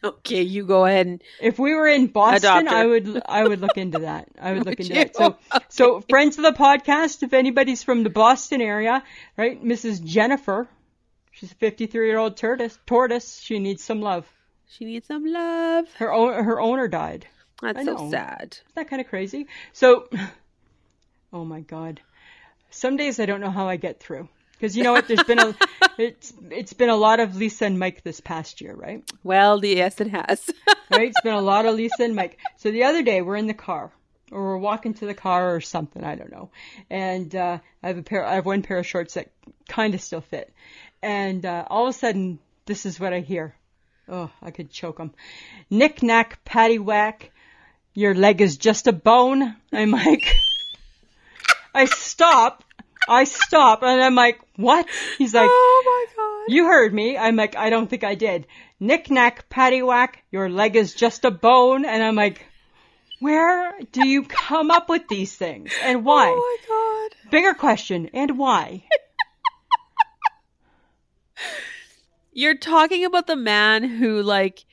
A: Okay, you go ahead and
B: If we were in Boston,
A: Adopt her.
B: I would I would look into that. I would look into
A: you?
B: that. So so friends of the podcast, if anybody's from the Boston area, right? Mrs. Jennifer, she's a 53 year old tortoise. Tortoise, she needs some love.
A: she needs some love.
B: Her own, her owner died.
A: That's
B: I
A: so
B: know.
A: sad.
B: Isn't that kind of crazy? So, oh my God, some days I don't know how I get through because you know what? There's been a it's it's been a lot of Lisa and Mike this past year, right?
A: Well, yes, it has.
B: right? It's been a lot of Lisa and Mike. So the other day, we're in the car, or we're walking to the car, or something. I don't know. And uh, I have a pair. I have one pair of shorts that kind of still fit. And uh, all of a sudden, this is what I hear. Oh, I could choke them. Knick knack, patty whack. Your leg is just a bone. I'm like, I stop. I stop, and I'm like, what? He's like,
A: oh my god.
B: you heard me. I'm like, I don't think I did. Knick knack, patty whack, your leg is just a bone. And I'm like, where do you come up with these things? And why?
A: Oh my god.
B: Bigger question, and why?
A: You're talking about the man who like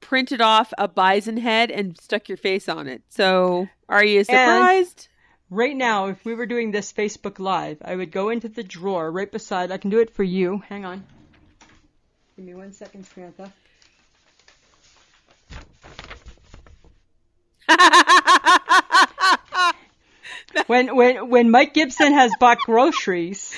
A: printed off a bison head and stuck your face on it. So, are you surprised?
B: Right now, if we were doing this Facebook Live, I would go into the drawer right beside. I can do it for you. Hang on. Give me one second, Samantha. When when when Mike Gibson has bought groceries,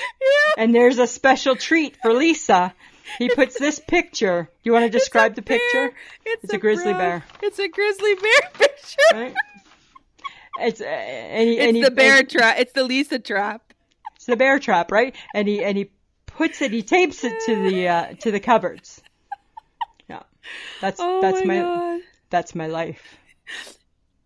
B: and there's a special treat for Lisa, he puts this picture. Do you want to describe the picture?
A: It's,
B: a grizzly
A: bro-
B: bear.
A: It's a grizzly bear picture.
B: right? It's uh, and he,
A: It's
B: and he,
A: the bear
B: and-
A: trap. It's the Lisa trap.
B: it's the bear trap, right? And he and he puts it. He tapes it to the uh, to the cupboards. Yeah, that's
A: Oh
B: that's my,
A: god.
B: that's my life.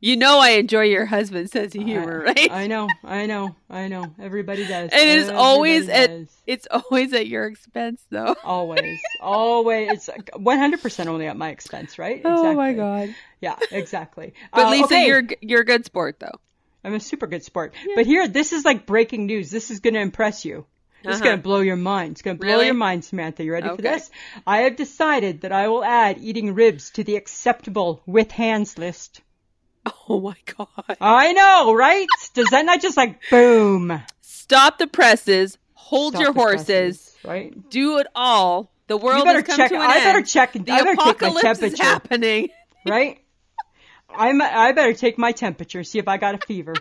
A: You know I enjoy your husband's sense of humor,
B: I,
A: right?
B: I know, I know, I know. Everybody does.
A: It is always
B: Everybody
A: at-
B: does.
A: It's always at your expense, though.
B: always, always. It's one hundred percent only at my expense, right?
A: Oh my
B: Exactly.
A: god!
B: Yeah, exactly.
A: But
B: Uh,
A: Lisa,
B: okay.
A: you're you're a good sport, though.
B: I'm a super good sport. But here, this is like breaking news. This is going to impress you. This is going to blow your mind. It's going to blow
A: Uh-huh. Really?
B: your mind, Samantha. You ready for
A: Okay.
B: this? I have decided that I will add eating ribs to the acceptable with hands list.
A: Oh my god!
B: I know, right? Does that not just like boom?
A: Stop the presses. Hold
B: Stop
A: your
B: the
A: horses.
B: presses, right?
A: Do it all. The world
B: you better
A: has come
B: check.
A: to an
B: I better
A: end.
B: check.
A: The
B: I better take my
A: apocalypse is
B: temperature,
A: happening.
B: right? I'm, I better take my temperature, see if I got a fever.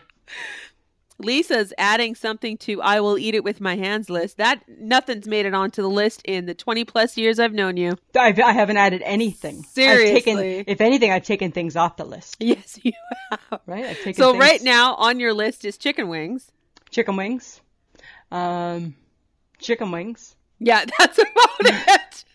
A: Lisa's adding something to I will eat it with my hands list. That nothing's made it onto the list in the 20 plus years I've known you.
B: I, I haven't added anything. I've
A: Seriously.
B: taken, if anything, I've taken things off the list.
A: Yes, you have.
B: Right? I've taken
A: So
B: things-
A: right now on your list is chicken wings.
B: chicken wings, um, chicken wings.
A: Yeah, that's about it.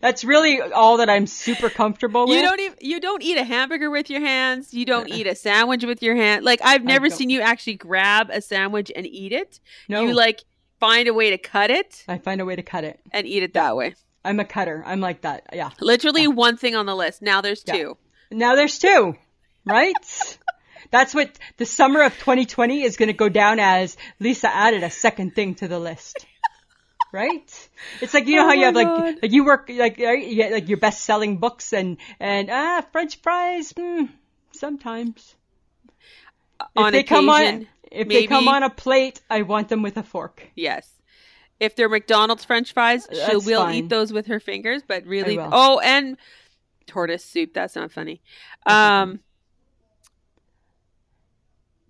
B: That's really all that I'm super comfortable with. Uh-uh.
A: You don't even, you don't eat a hamburger with your hands. You don't eat a sandwich with your hand. Like I've never
B: don't.
A: seen you actually grab a sandwich and eat it.
B: no,
A: You like find a way to cut it
B: I find a way to cut it.
A: and eat it that way.
B: I'm a cutter. I'm like that. Yeah.
A: Literally one thing on the list. Now there's
B: Yeah.
A: two.
B: Now there's two, right? That's what the summer of 2020 is going to go down as. Lisa added a second thing to the list, right? It's like you know
A: Oh
B: how you
A: my
B: have
A: God.
B: like like you work like right? you get like your best selling books and and ah French fries mm, sometimes
A: on
B: if they
A: occasion,
B: come on if they come
A: maybe.
B: on a plate, I want them with a fork.
A: yes. If they're McDonald's French fries, she
B: Uh, That's
A: will
B: fine.
A: eat those with her fingers. But really,
B: will.
A: oh, and tortoise soup. That's not funny. Um,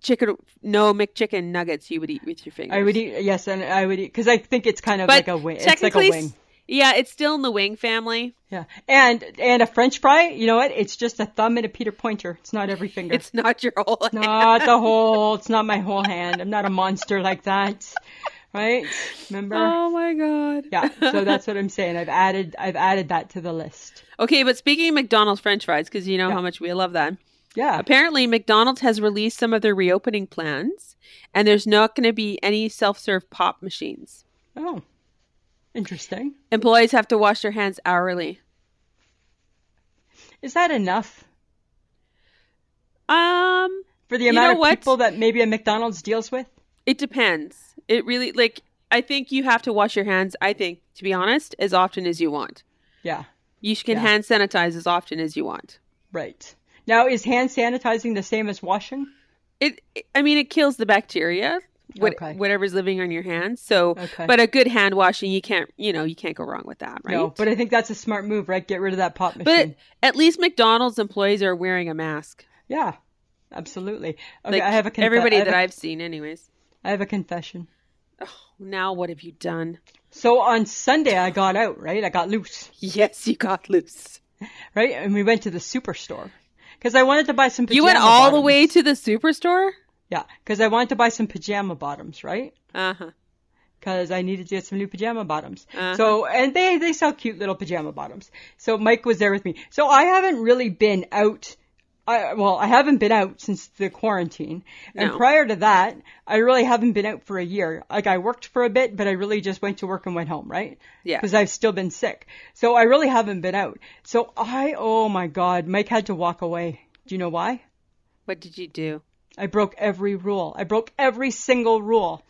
A: chicken, no McChicken nuggets. You would eat with your fingers.
B: I would eat yes, and I would eat because I think it's kind of
A: But
B: like a wing. It's like
A: technically,
B: a
A: s-
B: wing.
A: yeah, it's still in the wing family.
B: Yeah, and and a French fry. You know what? It's just a thumb and a Peter Pointer. It's not every finger.
A: It's not your whole.
B: not the whole. It's not my whole hand. I'm not a monster like that, right? Remember?
A: Oh my god.
B: Yeah. So that's what I'm saying. I've added. I've added that to the list.
A: Okay, but speaking of McDonald's French fries, because you know how much we love that.
B: Yeah.
A: Apparently, McDonald's has released some of their reopening plans, and there's not going to be any self serve pop machines.
B: Oh, interesting.
A: Employees have to wash their hands hourly.
B: Is that enough
A: Um,
B: for the
A: You
B: amount
A: know
B: of
A: what?
B: people that maybe a McDonald's deals with?
A: it depends. It really, like, I think you have to wash your hands, I think, to be honest, as often as you want.
B: Yeah.
A: You can
B: Yeah.
A: hand sanitize as often as you want.
B: Right. Now, is hand sanitizing the same as washing?
A: It, it- I mean, it kills the bacteria, what,
B: Okay.
A: whatever's living on your hands. So,
B: Okay.
A: but a good hand washing, you can't, you know, you can't go wrong with that, right?
B: No, but Mm. I think that's a smart move, right? Get rid of that pop
A: But
B: machine.
A: at least McDonald's employees are wearing a mask.
B: yeah, absolutely. Okay,
A: Like
B: I have a confe-
A: everybody
B: I have
A: that
B: a-
A: i I've seen, anyways.
B: I have a confession.
A: Now what have you done?
B: So on Sunday, I got out, right? I got loose,
A: Yes, you got loose.
B: right? And we went to the superstore because I wanted to buy some. Pajama
A: You went all the
B: bottoms.
A: way to the superstore.
B: Yeah, because I wanted to buy some pajama bottoms, right?
A: Uh huh.
B: Because I needed to get some new pajama bottoms.
A: Uh-huh.
B: So and they they sell cute little pajama bottoms. So Mike was there with me. So I haven't really been out. I, well, I haven't been out since the quarantine, and
A: No.
B: prior to that, I really haven't been out for a year. Like I worked for a bit, but I really just went to work and went home, right?
A: Yeah.
B: because I've still been sick. So I really haven't been out. So I, oh my God, Mike had to walk away. Do you know why?
A: What did you do?
B: I broke every rule. I broke every single rule.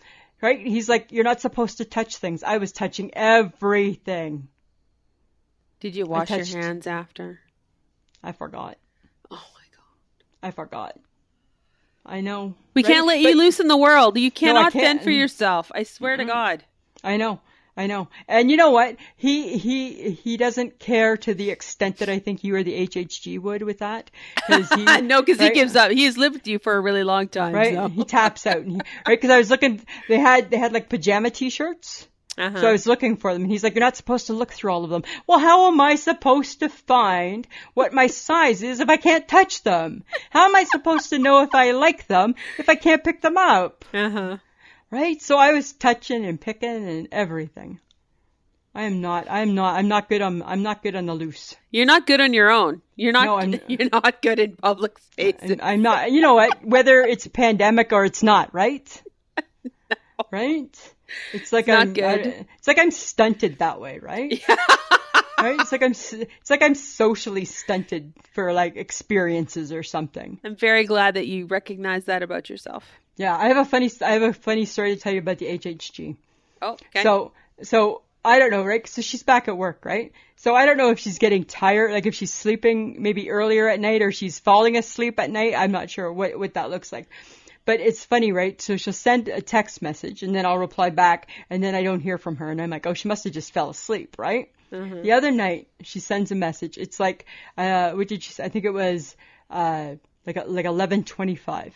B: Right? He's like, you're not supposed to touch things. I was touching everything.
A: Did you wash your
B: touched-
A: hands after?
B: I forgot.
A: Oh my god.
B: I forgot. I know.
A: We
B: right?
A: can't let you
B: But-
A: loose in the world. You cannot fend for
B: can't.
A: yourself. I swear to God.
B: I know. I know. And you know what? He he he doesn't care to the extent that I think you or the HHG would with that. 'Cause he-
A: no, because
B: right?
A: he gives up. He has lived with you for a really long time.
B: right?
A: so-
B: He taps out, and he, right? Because I was looking, they had they had like pajama T-shirts,
A: Uh-huh.
B: so I was looking for them, and he's like, "You're not supposed to look through all of them." Well, how am I supposed to find what my size is if I can't touch them? How am I supposed to know if I like them if I can't pick them up?
A: uh-huh.
B: Right? So I was touching and picking and everything. I am not. I am not. I'm not good on. I'm not good on the loose.
A: You're not good on your own. You're not.
B: No, I'm-
A: You're not good in public spaces.
B: And I'm not, you know what, whether it's a pandemic or it's not, right? Right? It's like
A: not
B: I'm,
A: good.
B: I- it's like I'm stunted that way, right? right? It's like I'm, s- it's like I'm socially stunted for like experiences or something.
A: I'm very glad that you recognize that about yourself.
B: Yeah. I have a funny, s- I have a funny story to tell you about the HHG.
A: Oh, okay.
B: So, so I don't know, right? So she's back at work, right? So I don't know if she's getting tired, like if she's sleeping maybe earlier at night or she's falling asleep at night. I'm not sure what, what that looks like. But it's funny, right? So she'll send a text message and then I'll reply back and then I don't hear from her and I'm like, oh, she must have just fell asleep, right? The other night, she sends a message. It's like, uh, what did she say? I think it was uh, like like 11:25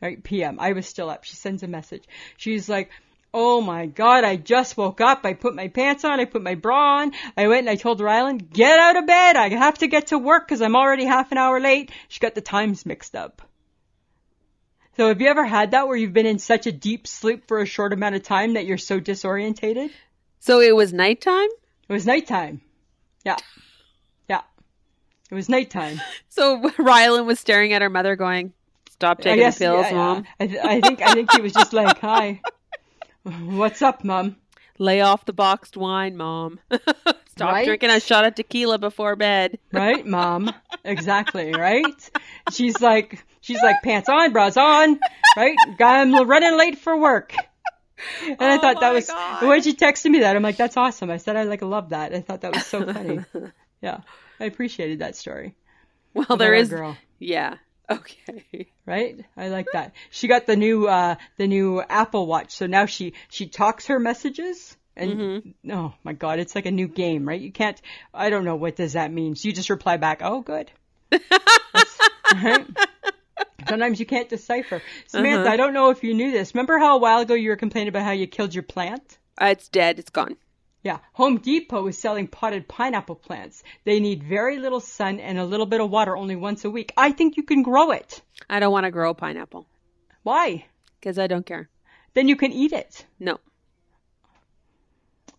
B: right, p.m. I was still up. She sends a message. She's like, "Oh my God! I just woke up. I put my pants on. I put my bra on. I went and I told Ryland, get out of bed. I have to get to work because I'm already half an hour late." She got the times mixed up. So have you ever had that where you've been in such a deep sleep for a short amount of time that you're so disorientated?
A: So it was nighttime?
B: It was nighttime. Yeah. Yeah. It was nighttime.
A: So Rylan was staring at her mother going, Stop taking
B: guess-
A: the pills,
B: yeah, yeah.
A: mom.
B: I, th- I think I think he was just like, "Hi, what's up, mom?"
A: Lay off the boxed wine, mom. Stop
B: Right?
A: drinking a shot of tequila before bed.
B: Right, mom? Exactly. Right? She's like, she's like, pants on, bras on. Right? I'm running late for work. And I
A: Oh
B: thought
A: my
B: that was
A: God.
B: when she texted me that. I'm like, that's awesome. I said I like love that. I thought that was so funny. yeah, I appreciated that story.
A: Well, there
B: About our
A: is.
B: girl.
A: Yeah. Okay.
B: right? I like that. She got the new uh the new Apple Watch, so now she she talks her messages and oh my god, it's like a new game, right? You can't I don't know what does that mean. So you just reply back, "Oh, good." That's- right? Sometimes you can't decipher. Samantha, I don't know if you knew this. Remember how a while ago you were complaining about how you killed your plant?
A: Uh, it's dead. It's gone.
B: Yeah, Home Depot is selling potted pineapple plants. They need very little sun and a little bit of water only once a week. I think you can grow it.
A: I don't want to grow a pineapple
B: Why?
A: because I don't care.
B: Then you can eat it.
A: No.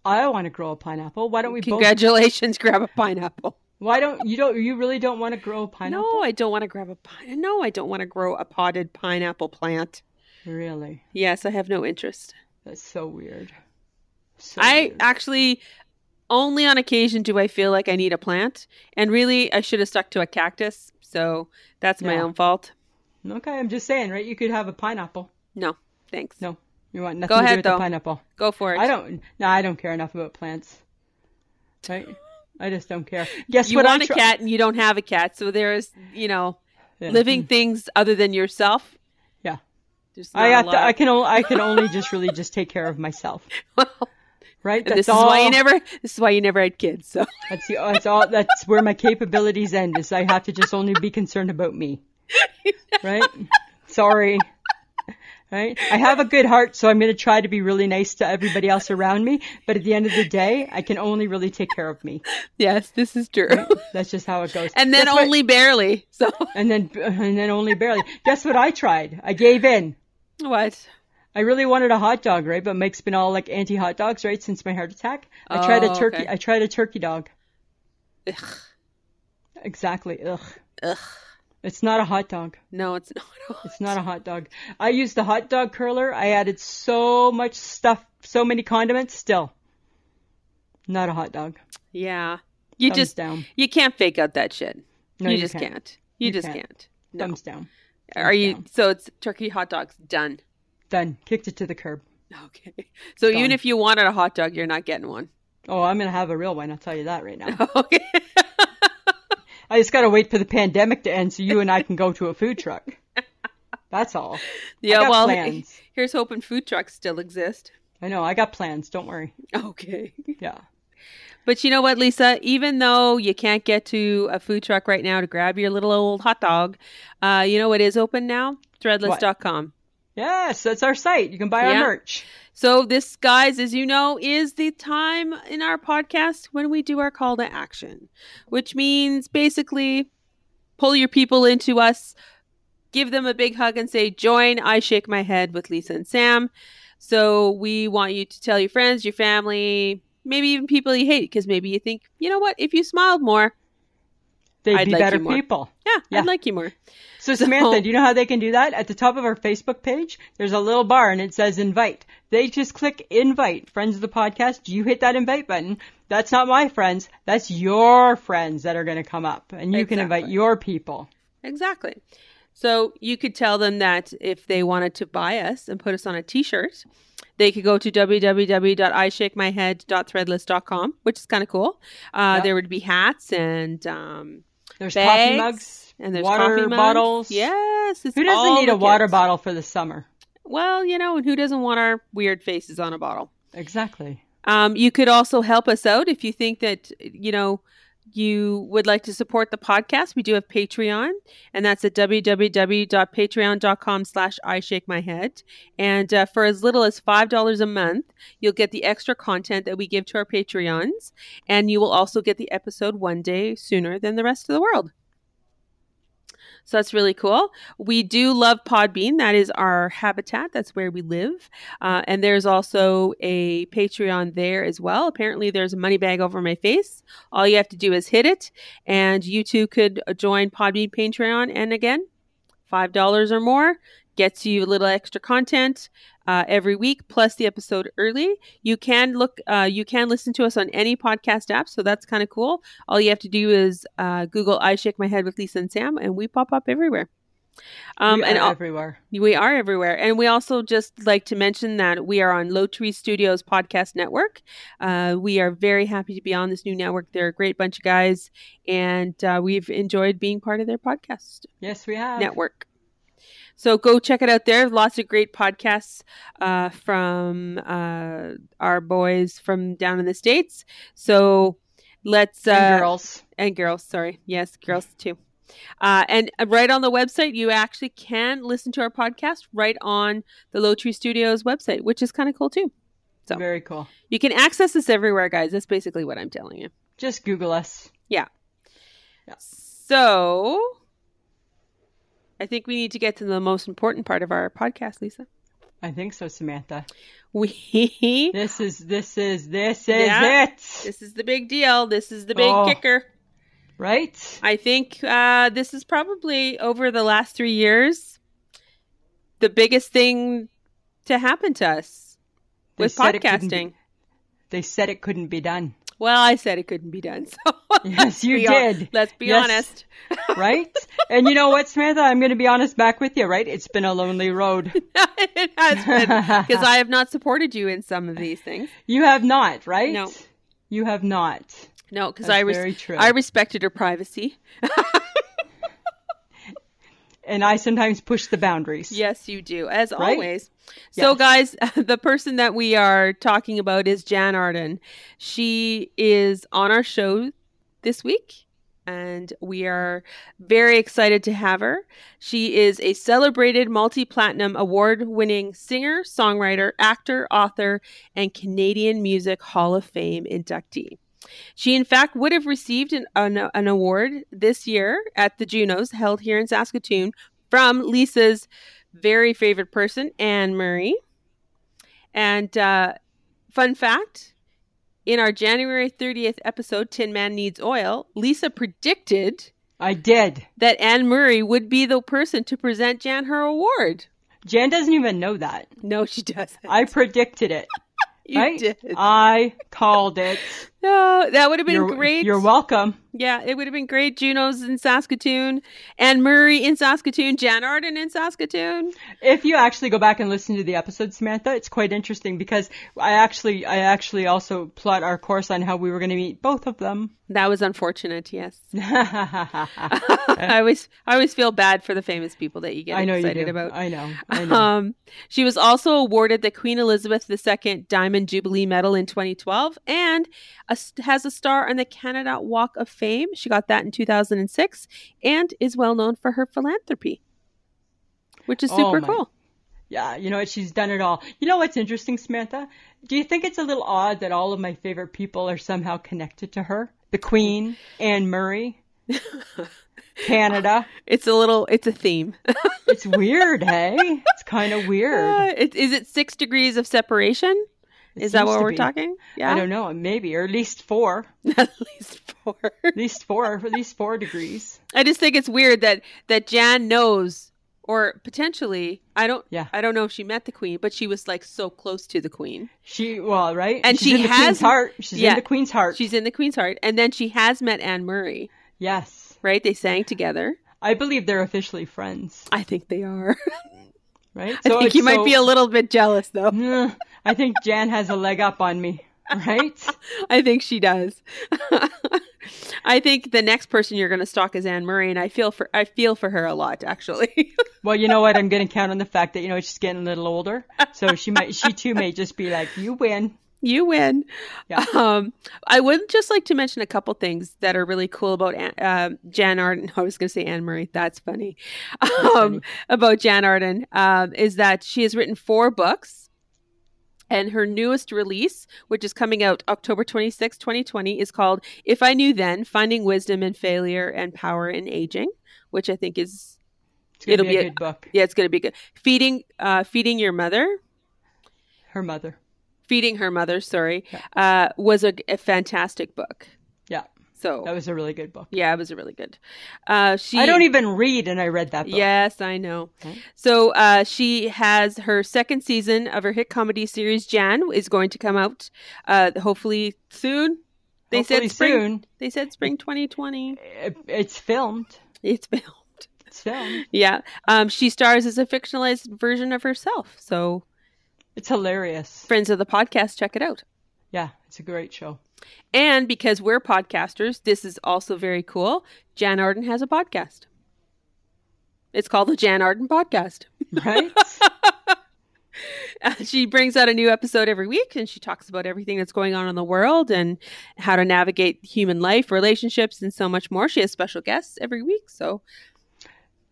B: I want to grow a pineapple. Why don't we both?
A: Congratulations. Grab a pineapple.
B: Why don't you don't you really don't want to grow a pineapple?
A: No, I don't want to grab a pine. No, I don't want to grow a potted pineapple plant.
B: Really,
A: Yes, I have no interest.
B: that's so weird. So
A: I
B: weird.
A: actually only on occasion do I feel like I need a plant, and really I should have stuck to a cactus. So that's my
B: Yeah.
A: own fault.
B: okay. I'm just saying, right? You could have a pineapple.
A: No, thanks.
B: No, you want nothing
A: Go
B: to
A: ahead,
B: do with
A: though.
B: the pineapple.
A: Go for it.
B: I don't. No, I don't care enough about plants. Right? I just don't care. Guess
A: You
B: what?
A: want
B: I
A: a
B: try-
A: cat, and you don't have a cat. So there's you know
B: Yeah.
A: living things other than yourself.
B: Yeah.
A: There's not
B: I
A: a
B: have to,
A: lot.
B: I can only I can only just really just take care of myself.
A: Well,
B: Right?
A: and this is why you never. This is why you never had kids. So
B: That's the, that's all. That's where my capabilities end. Is I have to just only be concerned about me, right? Sorry, right? I have a good heart, so I'm going to try to be really nice to everybody else around me. But at the end of the day, I can only really take care of me.
A: yes, this is true.
B: That's just how it goes.
A: And then
B: Guess what-
A: only barely. So
B: and then and then only barely. Guess what? I tried. I gave in.
A: what?
B: I really wanted a hot dog, right? But Mike's been all like anti-hot dogs, right? Since my heart attack, I tried
A: Oh,
B: a turkey.
A: okay.
B: I tried a turkey dog.
A: Ugh.
B: Exactly. Ugh.
A: Ugh.
B: It's not a hot dog.
A: No, it's not.
B: It's not a hot dog. I used the hot dog curler. I added so much stuff, so many condiments. Still, not a hot dog.
A: Yeah. You
B: Thumbs
A: just
B: down.
A: you can't fake out that shit.
B: No,
A: you,
B: you
A: just can't.
B: can't.
A: You,
B: You
A: just can't.
B: can't.
A: No.
B: Thumbs down.
A: Are you
B: down.
A: so it's turkey hot dogs done.
B: Done. Kicked it to the curb.
A: Okay. So even
B: Done.
A: if you wanted a hot dog, you're not getting one.
B: Oh, I'm gonna have a real one. I'll tell you that right now.
A: Okay.
B: I just gotta wait for the pandemic to end so you and I can go to a food truck. That's all.
A: yeah,
B: got
A: well
B: plans.
A: here's hoping food trucks still exist.
B: I know. I got plans. Don't worry.
A: Okay.
B: Yeah.
A: But you know what, Lisa? Even though you can't get to a food truck right now to grab your little old hot dog, uh, you know what is open now? Threadless.com.
B: Yes, that's our site. You can buy our
A: Yeah.
B: merch.
A: So, this, guys, as you know, is the time in our podcast when we do our call to action, which means basically pull your people into us, give them a big hug, and say, Join I Shake My Head with Lisa and Sam. So, we want you to tell your friends, your family, maybe even people you hate, because maybe you think, you know what, if you smiled more,
B: They'd
A: I'd
B: be
A: like you
B: better
A: more.
B: people.
A: yeah,
B: Yeah.
A: I'd like you more.
B: So
A: So-
B: Samantha, do you know how they can do that? At the top of our Facebook page, there's a little bar and it says invite. They just click invite. Friends of the podcast, you hit that invite button. That's not my friends. That's your friends that are going to come up and you can invite
A: Exactly.
B: your people.
A: Exactly. So you could tell them that if they wanted to buy us and put us on a t-shirt, they could go to www.ishakemyhead.threadless.com, which is kind of cool. Uh,
B: Yep.
A: There would be hats and um,
B: There's
A: bags
B: coffee mugs
A: and there's
B: water
A: coffee mugs.
B: bottles.
A: Yes, it's
B: Who doesn't
A: all
B: need
A: the
B: a water
A: kids.
B: bottle for the summer?
A: Well, you know, and who doesn't want our weird faces on a bottle?
B: Exactly.
A: Um, you could also help us out if you think that, you know, you would like to support the podcast. We do have Patreon, and that's at www.patreon.com slash I shake my head. And uh, for as little as $5 a month, you'll get the extra content that we give to our Patreons, and you will also get the episode one day sooner than the rest of the world. So that's really cool. We do love Podbean. That is our habitat. That's where we live. Uh, and there's also a Patreon there as well. Apparently, there's a money bag over my face. All you have to do is hit it, and you too could join Podbean Patreon. And again, five dollars or more gets you a little extra content uh, every week, plus the episode early. You can look, uh, you can listen to us on any podcast app, so that's kind of cool. All you have to do is uh, Google "I Shake My Head with Lisa and Sam," and we pop up everywhere. Um,
B: We
A: and
B: are
A: al-
B: everywhere.
A: we are everywhere. And we also just like to mention that we are on Low Tree Studios Podcast Network. Uh, we are very happy to be on this new network. They're a great bunch of guys, and uh, we've enjoyed being part of their podcast
B: Yes, we have.
A: network. So go check it out there. Lots of great podcasts uh, from uh, our boys from down in the states. So let's uh,
B: And girls.
A: and girls. Sorry, yes, girls too. Uh, and right on the website, you actually can listen to our podcast right on the Low Tree Studios website, which is kind of cool too. so.
B: Very cool.
A: You can access this everywhere, guys. That's basically what I'm telling you.
B: Just Google us.
A: So I think we need to get to the most important part of our podcast, Lisa.
B: I think so, Samantha.
A: We
B: This is this is this is
A: Yeah.
B: it.
A: this is the big deal. This is the big
B: Oh.
A: kicker.
B: Right?
A: I think uh, this is probably over the last three years the biggest thing to happen to us
B: They
A: with
B: said it couldn't
A: podcasting.
B: They said it couldn't be done.
A: Well, I said it couldn't be done. So
B: Yes, you
A: be hon-
B: did.
A: let's be
B: Yes.
A: honest.
B: Right? and you know what, Samantha? I'm gonna be honest back with you, right? It's been a lonely road.
A: it has been because I have not supported you in some of these things.
B: you have not, right?
A: No.
B: You have not.
A: No, because
B: That's
A: I res-
B: very true.
A: I respected her privacy.
B: and I sometimes push the boundaries.
A: Yes, you do, as
B: Right?
A: always. So, guys, the person that we are talking about is Jan Arden. She is on our show this week, and we are very excited to have her. She is a celebrated multi platinum award winning singer, songwriter, actor, author, and Canadian Music Hall of Fame inductee. She, in fact, would have received an, an, an award this year at the Junos held here in Saskatoon from Lisa's very favorite person, Anne Marie. And uh, fun fact in our January 30th episode, Tin Man Needs Oil, Lisa predicted
B: I did.
A: that Anne Murray would be the person to present Jan her award.
B: Jan doesn't even know that.
A: No, she doesn't.
B: I predicted it.
A: you
B: right?
A: did.
B: I called it.
A: no, that would have been
B: you're,
A: great.
B: You're welcome.
A: yeah, it would have been great. Juno's in Saskatoon, Anne Murray in Saskatoon, Jan Arden in Saskatoon.
B: If you actually go back and listen to the episode, Samantha, it's quite interesting because I actually, I actually also plot our course on how we were going to meet both of them.
A: That was unfortunate. Yes,
B: I
A: I always I always feel bad for the famous people that you get
B: know you
A: excited
B: do.
A: about.
B: I know. I know.
A: Um, she was also awarded the Queen Elizabeth II Diamond Jubilee Medal in 2012 and a, has a star on the Canada Walk of Fame. She got that in 2006 and is well known for her philanthropy, which is
B: Oh
A: super
B: my-
A: cool.
B: Yeah, you know what? She's done it all. You know what's interesting, Samantha? Do you think it's a little odd that all of my favorite people are somehow connected to her? The Queen, Anne Murray, Canada.
A: It's a little, it's a theme.
B: It's weird, hey? It's kind of weird.
A: Uh, it, is it six degrees of separation?
B: It
A: Is that
B: seems
A: what
B: to
A: we're
B: be.
A: talking? Yeah,
B: I don't know, maybe, or at least four.
A: at least four.
B: At least four, at least four degrees.
A: I just think it's weird that that Jan knows, or potentially, I don't,
B: Yeah.
A: I don't know if she met the Queen, but she was like so close to the Queen.
B: She, well, right?
A: And
B: She's
A: she
B: in the
A: has-
B: Queen's heart. She's
A: yeah.
B: in the Queen's heart.
A: She's in the Queen's heart, and then she has met Anne Murray,
B: Yes.
A: right? They sang together.
B: I believe they're officially friends,
A: I think they are.
B: right?
A: I think
B: it's
A: you might
B: so-
A: be a little bit jealous, though.
B: Mm, I think Jan has a leg up on me, right?
A: I think she does. I think the next person you're going to stalk is Anne Murray, and I feel for I feel for her a lot, actually.
B: Well, you know what? I'm going to count on the fact that you know she's getting a little older, so she might, she too may just be like, "You win."
A: you win.
B: Yeah.
A: Um, I would just like to mention a couple things that are really cool about An- um Jan Arden. I was going to say Anne Marie. That's funny. um,
B: funny.
A: About Jan Arden um, is that she has written four books, and her newest release, which is coming out October twenty sixth, 2020, is called "If I Knew Then: Finding Wisdom in Failure and Power in Aging," which I think is
B: It's gonna
A: It'll
B: be,
A: be
B: a
A: a-
B: good book.
A: yeah, it's going to be good. Feeding, uh, feeding your mother.
B: Her mother.
A: feeding her mother sorry
B: Yeah.
A: uh, was a, a fantastic book
B: Yeah,
A: so
B: that was a really good book.
A: yeah it was really good uh, she
B: I don't even read, and I read that book.
A: yes i know
B: Okay.
A: so uh, she has her second season of her hit comedy series jan is going to come out uh, hopefully soon they
B: Hopefully
A: said spring
B: soon.
A: they said spring 2020
B: It, it's filmed.
A: it's filmed
B: It's filmed.
A: yeah um, she stars as a fictionalized version of herself so
B: It's hilarious.
A: friends of the podcast check it out
B: Yeah, it's a great show.
A: And because we're podcasters, this is also very cool. Jan Arden has a podcast. It's called the Jan Arden Podcast.
B: Right?
A: she brings out a new episode every week and she talks about everything that's going on in the world and how to navigate human life, relationships, and so much more. She has special guests every week. So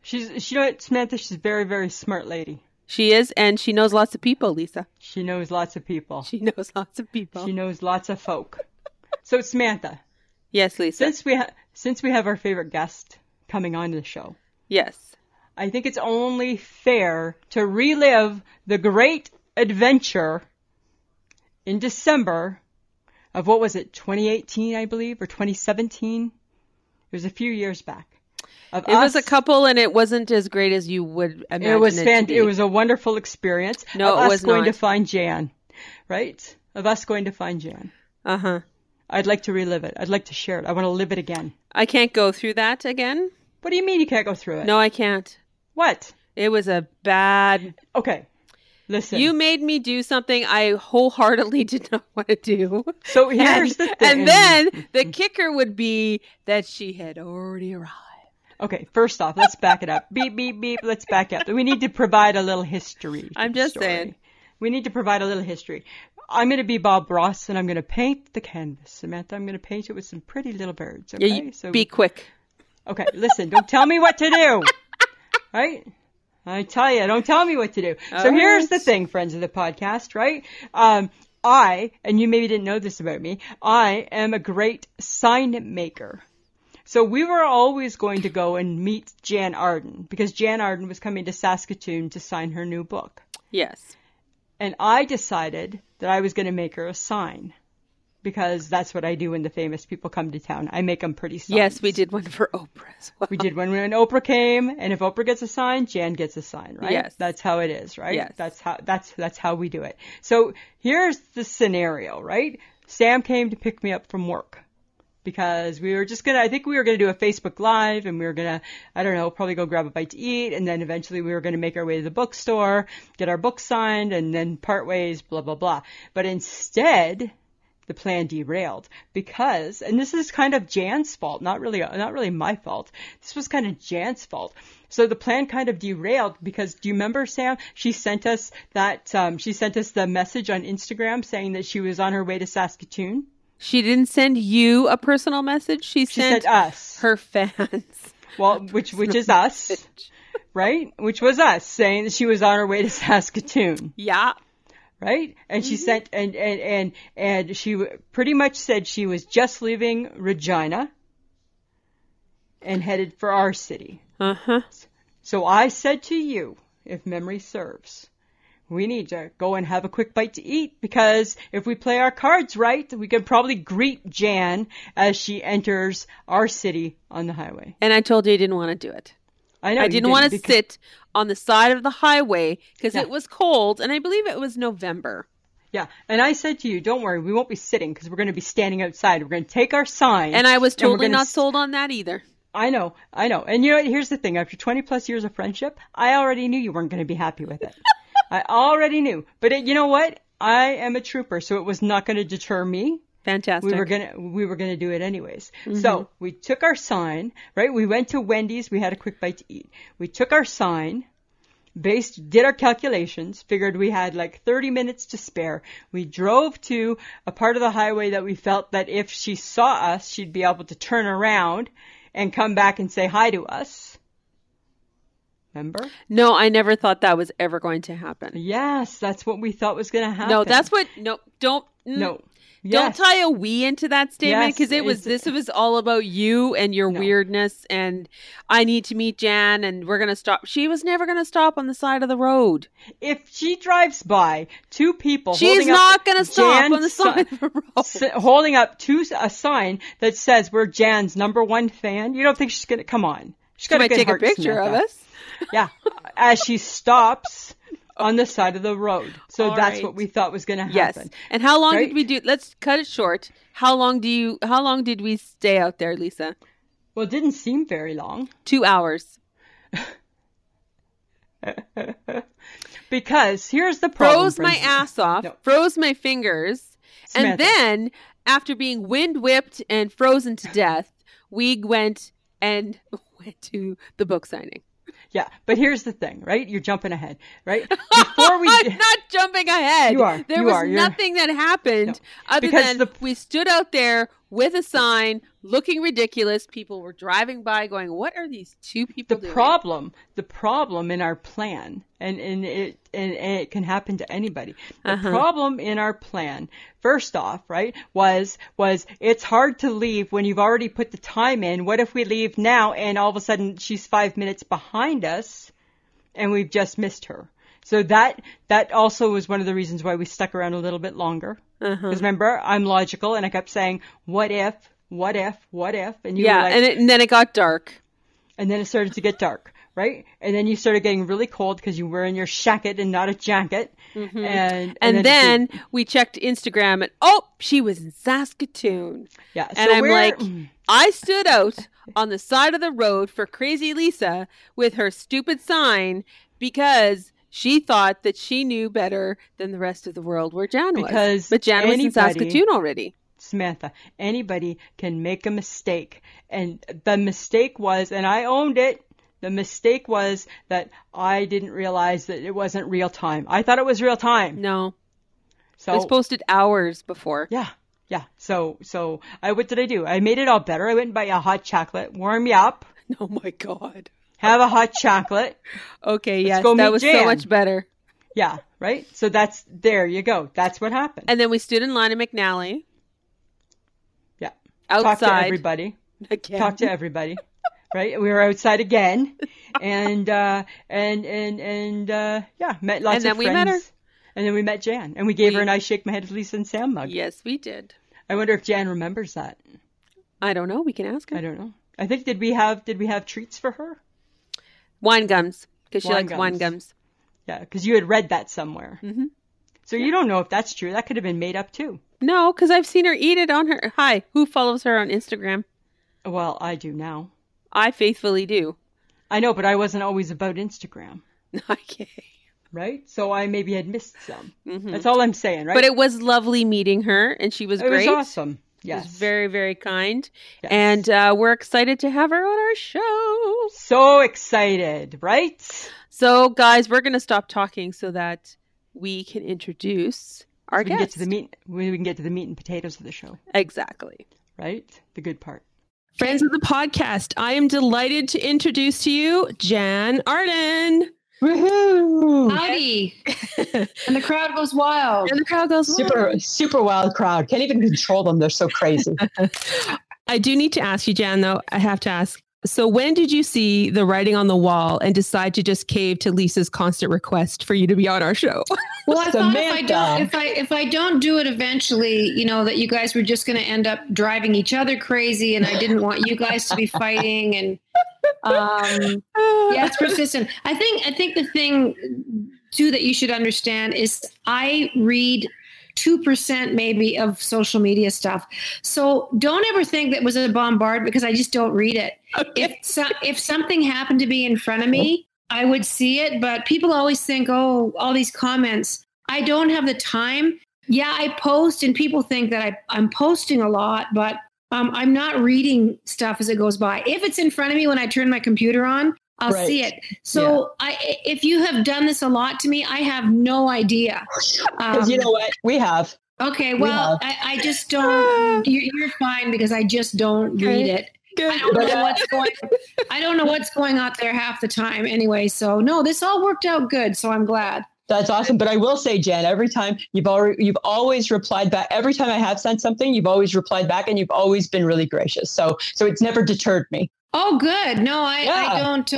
B: she's, she, you know what, Samantha? She's a very, very smart lady.
A: she is, and she knows lots of people, Lisa.
B: She knows lots of people.
A: She knows lots of people.
B: She knows lots of folk. So Samantha,
A: yes, Lisa.
B: since we ha- since we have our favorite guest coming on the show,
A: yes.
B: I think it's only fair to relive the great adventure in December of what was it, 2018, I believe, or 2017? It was a few years back. Of
A: It was a
B: us-
A: couple and it wasn't as great as you would imagine.
B: It was
A: it,
B: fan-
A: to be.
B: it was a wonderful experience.
A: No,
B: of
A: it
B: us
A: was
B: going
A: not.
B: to find Jan, right? Of us going to find Jan.
A: Uh huh.
B: I'd like to relive it. I'd like to share it. I want to live it again.
A: I can't go through that again.
B: What do you mean you can't go through it?
A: No, I can't.
B: What?
A: It was a bad.
B: Okay. Listen.
A: You made me do something I wholeheartedly did not want to do.
B: so here's
A: and,
B: the thing.
A: and then the kicker would be that she had already arrived.
B: Okay, first off, let's back it up. Beep, beep, beep. Let's back up. We need to provide a little history. to
A: I'm
B: the
A: just
B: story.
A: saying.
B: We need to provide a little history. I'm going to be Bob Ross and I'm going to paint the canvas. Samantha, I'm going to paint it with some pretty little birds. Okay.
A: Yeah, you- be quick.
B: Okay, listen, don't tell me what to do. Right? I tell you, don't tell me what to do. so
A: All
B: here's
A: right.
B: the thing, friends of the podcast, right? Um, I, and you maybe didn't know this about me, I am a great sign maker. So we were always going to go and meet Jan Arden because Jan Arden was coming to Saskatoon to sign her new book.
A: Yes.
B: And I decided that I was going to make her a sign because that's what I do when the famous people come to town. I make them pretty signs.
A: Yes, we did one for Oprah as well.
B: We did one when Oprah came, and if Oprah gets a sign, Jan gets a sign, right?
A: Yes.
B: That's how it is, right?
A: Yes.
B: That's how that's that's how we do it. So here's the scenario, right? Sam came to pick me up from work because we were just gonna I think we were gonna do a Facebook Live and we were gonna I don't know, probably go grab a bite to eat and then eventually we were gonna make our way to the bookstore, get our book signed, and then part ways, blah blah blah. But instead the plan derailed because and this is kind of Jan's fault, not really not really my fault. This was kind of Jan's fault. So the plan kind of derailed because do you remember Sam? She sent us that um, she sent us the message on Instagram saying that she was on her way to Saskatoon.
A: She didn't send you a personal message. She,
B: She
A: sent
B: sent us.
A: her fans.
B: well, which which is us, right? Which was us saying that she was on her way to Saskatoon.
A: Yeah.
B: right? And
A: Mm-hmm.
B: she sent and and and and she w- pretty much said she was just leaving Regina and headed for our city.
A: Uh huh.
B: So I said to you, if memory serves, we need to go and have a quick bite to eat because if we play our cards right, we can probably greet Jan as she enters our city on the highway.
A: And I told you I didn't want to do it.
B: I know
A: I
B: you
A: didn't want to
B: because-
A: sit on the side of the highway because
B: Yeah.
A: it was cold, and I believe it was November.
B: Yeah, and I said to you, don't worry, we won't be sitting because we're going to be standing outside. We're going to take our sign,
A: And I was
B: we're
A: totally
B: gonna
A: not
B: s-
A: sold on that either.
B: I know, I know. And you know, what? here's the thing: after 20 plus years of friendship, I already knew you weren't going to be happy with it. I already knew. But it, you know what? I am a trooper, so it was not going to deter me.
A: Fantastic. Mm-hmm.
B: We were gonna, we were gonna do it anyways. So we took our sign, right? We went to Wendy's. We had a quick bite to eat. We took our sign. based did our calculations, figured we had like 30 minutes to spare. We drove to a part of the highway that we felt that if she saw us, she'd be able to turn around and come back and say hi to us. Remember?
A: No, I never thought that was ever going to happen.
B: Yes, that's what we thought was going to happen.
A: No, that's what. No, don't. mm,
B: no.
A: Don't
B: Yes.
A: tie a we into that statement
B: Yes,
A: because it was
B: it's-
A: this was all about you and your
B: No.
A: weirdness and I need to meet Jan and we're gonna stop. She was never gonna stop on the side of the road.
B: If she drives by two people,
A: She's
B: holding up-
A: not gonna stop
B: Jan
A: on the
B: saw-
A: side of the road.
B: s- holding up to a sign that says we're Jan's number one fan. You don't think she's gonna come on? She's
A: She
B: gonna
A: might take a picture of us.
B: Yeah, as she stops on the side of the road. So
A: All
B: that's
A: right.
B: what we thought was gonna
A: Yes.
B: happen.
A: And how long
B: Right?
A: did we do? Let's cut it short. How long do you? How long did we stay out there, Lisa?
B: Well, it didn't seem very long
A: Two hours.
B: because here's the problem.
A: Froze my
B: Brinsley.
A: ass off.
B: No.
A: Froze my fingers. And
B: Samantha.
A: then, after being wind whipped and frozen to death, we went and went to the book signing.
B: Yeah, but here's the thing, right? You're jumping ahead, right? Before we.
A: I'm not jumping ahead.
B: You are.
A: There
B: You
A: was
B: are. You're-
A: nothing that happened other
B: Because
A: than
B: the-
A: we stood out there with a sign looking ridiculous. People were driving by going, What are these two people
B: the
A: doing?
B: problem the problem in our plan and, and it and, and it can happen to anybody the
A: Uh-huh.
B: problem in our plan first off right was was it's hard to leave when you've already put the time in what if we leave now and all of a sudden she's five minutes behind us and we've just missed her so that that also was one of the reasons why we stuck around a little bit longer
A: Uh-huh.
B: because remember i'm logical and i kept saying what if what if what if and you were
A: yeah,
B: like,
A: and, it, and then it got dark.
B: and then it started to get dark, right? And then you started getting really cold because you were in your shacket and not a jacket. And,
A: Mm-hmm. And,
B: then,
A: then, we checked Instagram and oh, she was in Saskatoon.
B: yeah,
A: And
B: so
A: I'm
B: we're- Mm.
A: like, I stood out on the side of the road for Crazy Lisa with her stupid sign because she thought that she knew better than the rest of the world where Jan was.
B: Because
A: but Jan was in
B: anybody-
A: Saskatoon already.
B: Samantha, anybody can make a mistake. And the mistake was, and I owned it. The mistake was that I didn't realize that it wasn't real time. I thought it was real time.
A: No,
B: so
A: it was posted hours before.
B: Yeah, yeah. So, so I what did I do? I made it all better. I went and buy a hot chocolate, warm you up,
A: Oh my god.
B: have a hot chocolate,
A: Okay, yes,
B: go meet
A: that was so
B: Jan.
A: much better.
B: Yeah, right? So that's there you go. That's what happened.
A: And then we stood in line at McNally
B: yeah.
A: outside.
B: Talk to everybody.
A: Again.
B: Talk to everybody. right? We were outside again and uh and and and uh yeah, met lots
A: And then
B: of
A: we
B: friends.
A: met
B: And then we met Jan and we gave
A: We-
B: her an I shake my head Lisa and Sam mug.
A: Yes, we did.
B: I wonder if Jan remembers that.
A: I don't know. We can ask her.
B: I don't know. I think did we have did we have treats for her?
A: Wine gums because she
B: Wine
A: likes wine
B: gums.
A: gums.
B: Yeah, cuz you had read that somewhere.
A: Mhm.
B: So you don't know if that's true. That could have been made up too.
A: No, because I've seen her eat it on her. Hi, who follows her on Instagram?
B: Well, I do now.
A: I faithfully do.
B: I know, but I wasn't always about Instagram.
A: Okay.
B: right? So I maybe had missed some.
A: Mhm.
B: That's all I'm saying, Mm-hmm. right?
A: But it was lovely meeting her, and she was
B: It
A: great.
B: was awesome.
A: She
B: Yes.
A: was very, very kind,
B: Yes.
A: and uh, we're excited to have her on our show.
B: so excited, right?
A: So, guys, we're going to stop talking so that we can introduce our
B: we can get
A: guest.
B: to the meat. We can get to the meat and potatoes of the show,
A: exactly.
B: right? The good part.
A: Friends of the podcast, I am delighted to introduce to you Jan Arden.
C: Woohoo!
D: Howdy.
C: and
D: And the crowd goes wild.
A: the crowd goes
C: Super, super wild crowd. Can't even control them. They're so crazy.
A: I do need to ask you, Jan, though. I have to ask. So, when did you see the writing on the wall and decide to just cave to Lisa's constant request for you to be on our show?
D: Well, I thought if I don't
C: Samantha.
D: if I if I don't do it eventually, you know, that you guys were just gonna end up driving each other crazy and I didn't want you guys to be fighting and um yeah, it's persistent. I think I think the thing too that you should understand is I read two percent maybe of social media stuff. So don't ever think that was a bombard because I just don't read it. If so, if something happened to be in front of me, I would see it. But people always think, oh, all these comments. I don't have the time. Yeah, I post, and people think that I, I'm posting a lot, but um, I'm not reading stuff as it goes by. If it's in front of me when I turn my computer on, I'll
C: Right.
D: see it. So I, if you have done this a lot to me, I have no idea. Um,
C: Because you know what? We have.
D: okay,
C: we
D: well,
C: have-
D: I, I just don't. You're, you're fine because I just don't read it. I don't know what's going. I don't know what's going on there half the time. Anyway, so no, this all worked out good. So I'm glad.
C: That's awesome. But I will say, Jen, every time you've already you've always replied back. Every time I have sent something, you've always replied back and you've always been really gracious. So so it's never deterred me.
D: Oh, good. No, I, I
C: Yeah.
D: don't. Uh,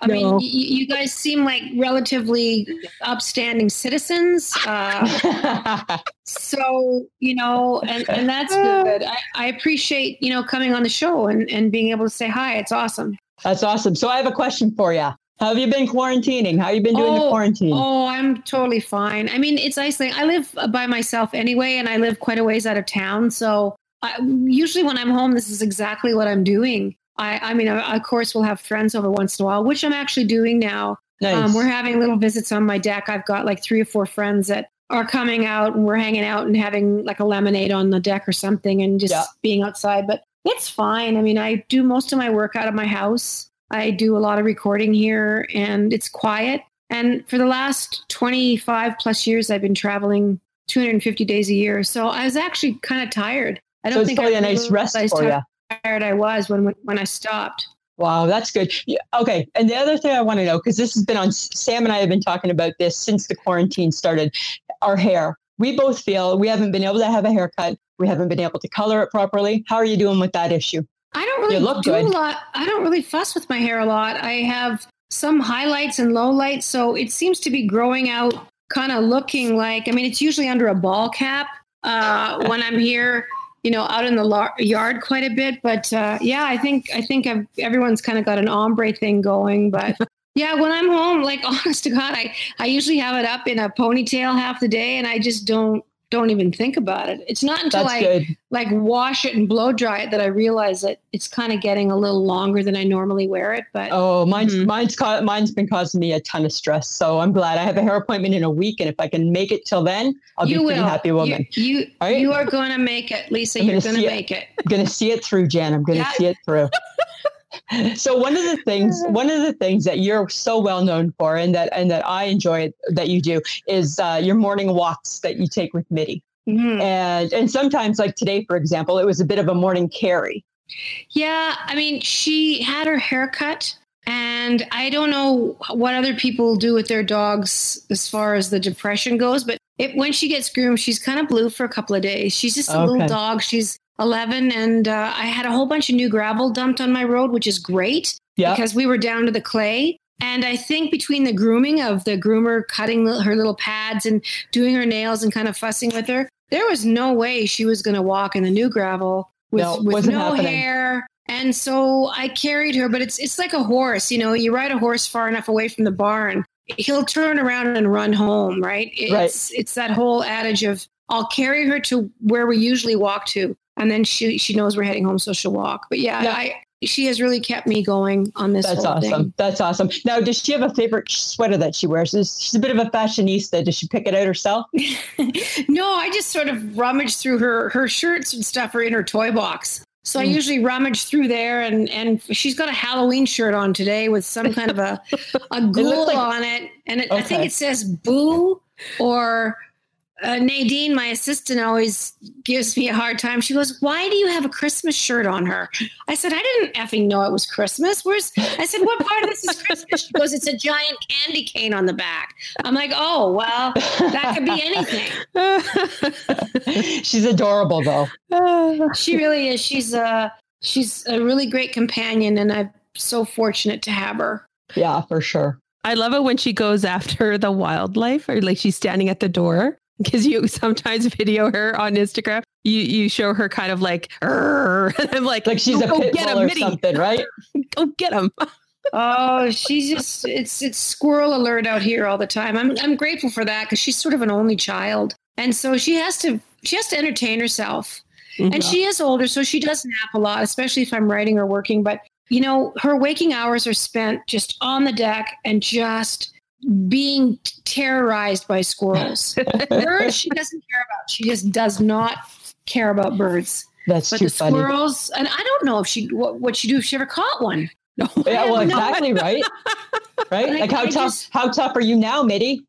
D: I mean,
C: No.
D: y- y- you guys seem like relatively upstanding citizens. Uh, so you know, and, and that's good. I, I appreciate you know coming on the show and and being able to say hi. It's awesome.
C: That's awesome. So I have a question for you. How have you been quarantining? How you been doing
D: Oh,
C: the quarantine?
D: Oh, I'm totally fine. I mean, it's isolating. I live by myself anyway, and I live quite a ways out of town. So I, usually when I'm home, this is exactly what I'm doing. I, I mean, I, of course, we'll have friends over once in a while, which I'm actually doing now.
C: nice.
D: Um, we're having little visits on my deck. I've got like three or four friends that are coming out and we're hanging out and having like a lemonade on the deck or something and just
C: Yeah.
D: being outside. But it's fine. I mean, I do most of my work out of my house. I do a lot of recording here and it's quiet. And for the last 25 plus years, I've been traveling 250 days a year. So I was actually kind of tired. I don't
C: so it's
D: think I
C: probably a nice rest
D: realized
C: for
D: how
C: you.
D: tired I was when, when, when I stopped.
C: Wow, that's good. Yeah, okay. And the other thing I want to know, because this has been on Sam and I have been talking about this since the quarantine started, our hair. We both feel we haven't been able to have a haircut. We haven't been able to color it properly. How are you doing with that issue?
D: I don't really
C: You look
D: do
C: good.
D: a lot. I don't really fuss with my hair a lot. I have some highlights and lowlights, so it seems to be growing out, kind of looking like. I mean, it's usually under a ball cap uh, when I'm here, you know, out in the lar- yard quite a bit. But uh, yeah, I think I think I've, everyone's kind of got an ombre thing going, but. Yeah, when I'm home, like honest to God, I, I usually have it up in a ponytail half the day and I just don't don't even think about it. It's not until
C: That's
D: I
C: good.
D: like wash it and blow dry it that I realize that it's kind of getting a little longer than I normally wear it. But
C: Oh, mine's
D: Mm-hmm.
B: Mhm.
C: mine's ca- mine's been causing me a ton of stress. So I'm glad I have a hair appointment in a week, and if I can make it till then, I'll
D: you
C: be a
D: will.
C: pretty happy woman.
D: You you,
C: All right.
D: you are going to make it, Lisa.
C: I'm
D: you're
C: gonna
D: going to
C: see it.
D: make it.
C: I'm gonna see it through, Jan. I'm gonna
D: Yeah.
C: see it through. so one of the things, one of the things that you're so well known for, and that and that I enjoy it, that you do, is uh, your morning walks that you take with Mitty.
D: Mhm.
C: And and sometimes, like today, for example, it was a bit of a morning carry.
D: Yeah, I mean, she had her hair cut, and I don't know what other people do with their dogs as far as the depression goes, but it, when she gets groomed, she's kind of blue for a couple of days. She's just a little
C: Okay.
D: dog. She's 11, and uh, I had a whole bunch of new gravel dumped on my road, which is great.
C: Yeah,
D: because we were down to the clay. And I think between the grooming of the groomer cutting li- her little pads and doing her nails and kind of fussing with her, there was no way she was going to walk in the new gravel with,
C: No,
D: with
C: wasn't
D: no
C: happening.
D: hair. And so I carried her, but it's it's like a horse, you know. You ride a horse far enough away from the barn, he'll turn around and run home, right? It's
C: Right.
D: it's that whole adage of I'll carry her to where we usually walk to, and then she she knows we're heading home, so she'll walk. But yeah,
C: Yeah.
D: I she has really kept me going on this.
C: that's
D: whole
C: awesome.
D: Thing.
C: That's awesome. Now, does she have a favorite sweater that she wears? Is she's a bit of a fashionista? Does she pick it out herself?
D: no, I just sort of rummage through her her shirts and stuff are in her toy box. So I
C: Mm.
D: usually rummage through there, and and she's got a Halloween shirt on today with some kind of a a ghoul
C: like-
D: on it, and it, I think
C: Okay.
D: it says "boo" or uh, Nadine, my assistant, always gives me a hard time. She goes, "Why do you have a Christmas shirt on her?" I said, "I didn't effing know it was Christmas." Where's I said, "What part of this is Christmas?" She goes, "It's a giant candy cane on the back." I'm like, "Oh well, that could be anything."
C: she's adorable, though.
D: she really is. She's a she's a really great companion, and I'm so fortunate to have her.
C: Yeah, for sure.
A: I love it when she goes after the wildlife or like she's standing at the door because you sometimes video her on Instagram. You you show her kind of like, "Arr," and I'm like,
C: Like she's
A: "Go-
C: a
A: go
C: pit
A: get
C: bull
A: him,
C: or
A: Mitty.
C: something, right?
A: Go get him.
D: Oh, she's just it's it's squirrel alert out here all the time. I'm I'm grateful for that because she's sort of an only child, and so she has to she has to entertain herself.
C: Mm-hmm.
D: And she is older, so she does nap a lot, especially if I'm writing or working. But, you know, her waking hours are spent just on the deck and just being terrorized by squirrels. birds, she doesn't care about. She just does not care about birds.
C: That's
D: But
C: too
D: the
C: funny.
D: squirrels, and I don't know if she, what, what she do, if she ever caught one.
A: Oh,
C: Yeah, well,
D: No.
C: exactly, right? Right?
D: Like,
C: Like how
D: I
C: tough
D: just-
C: how tough are you now, Mitty?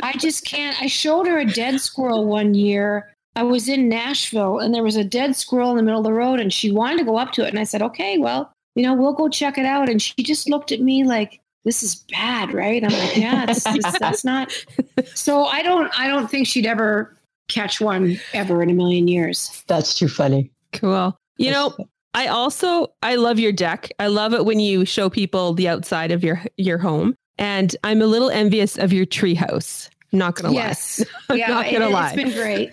D: I just can't. I showed her a dead squirrel one year. I was in Nashville and there was a dead squirrel in the middle of the road and she wanted to go up to it. And I said, okay, well, you know, we'll go check it out. And she just looked at me like, this is bad, right? I'm like, yeah, it's, it's- that's not. So I don't, I don't think she'd ever catch one ever in a million years.
C: That's too funny.
E: Cool. You know,
C: That's-
E: I also I love your deck. I love it when you show people the outside of your your home. And I'm a little envious of your treehouse. I'm not gonna
D: Yes,
E: lie. I'm
D: yeah,
E: not gonna
D: it,
E: lie.
D: has been great.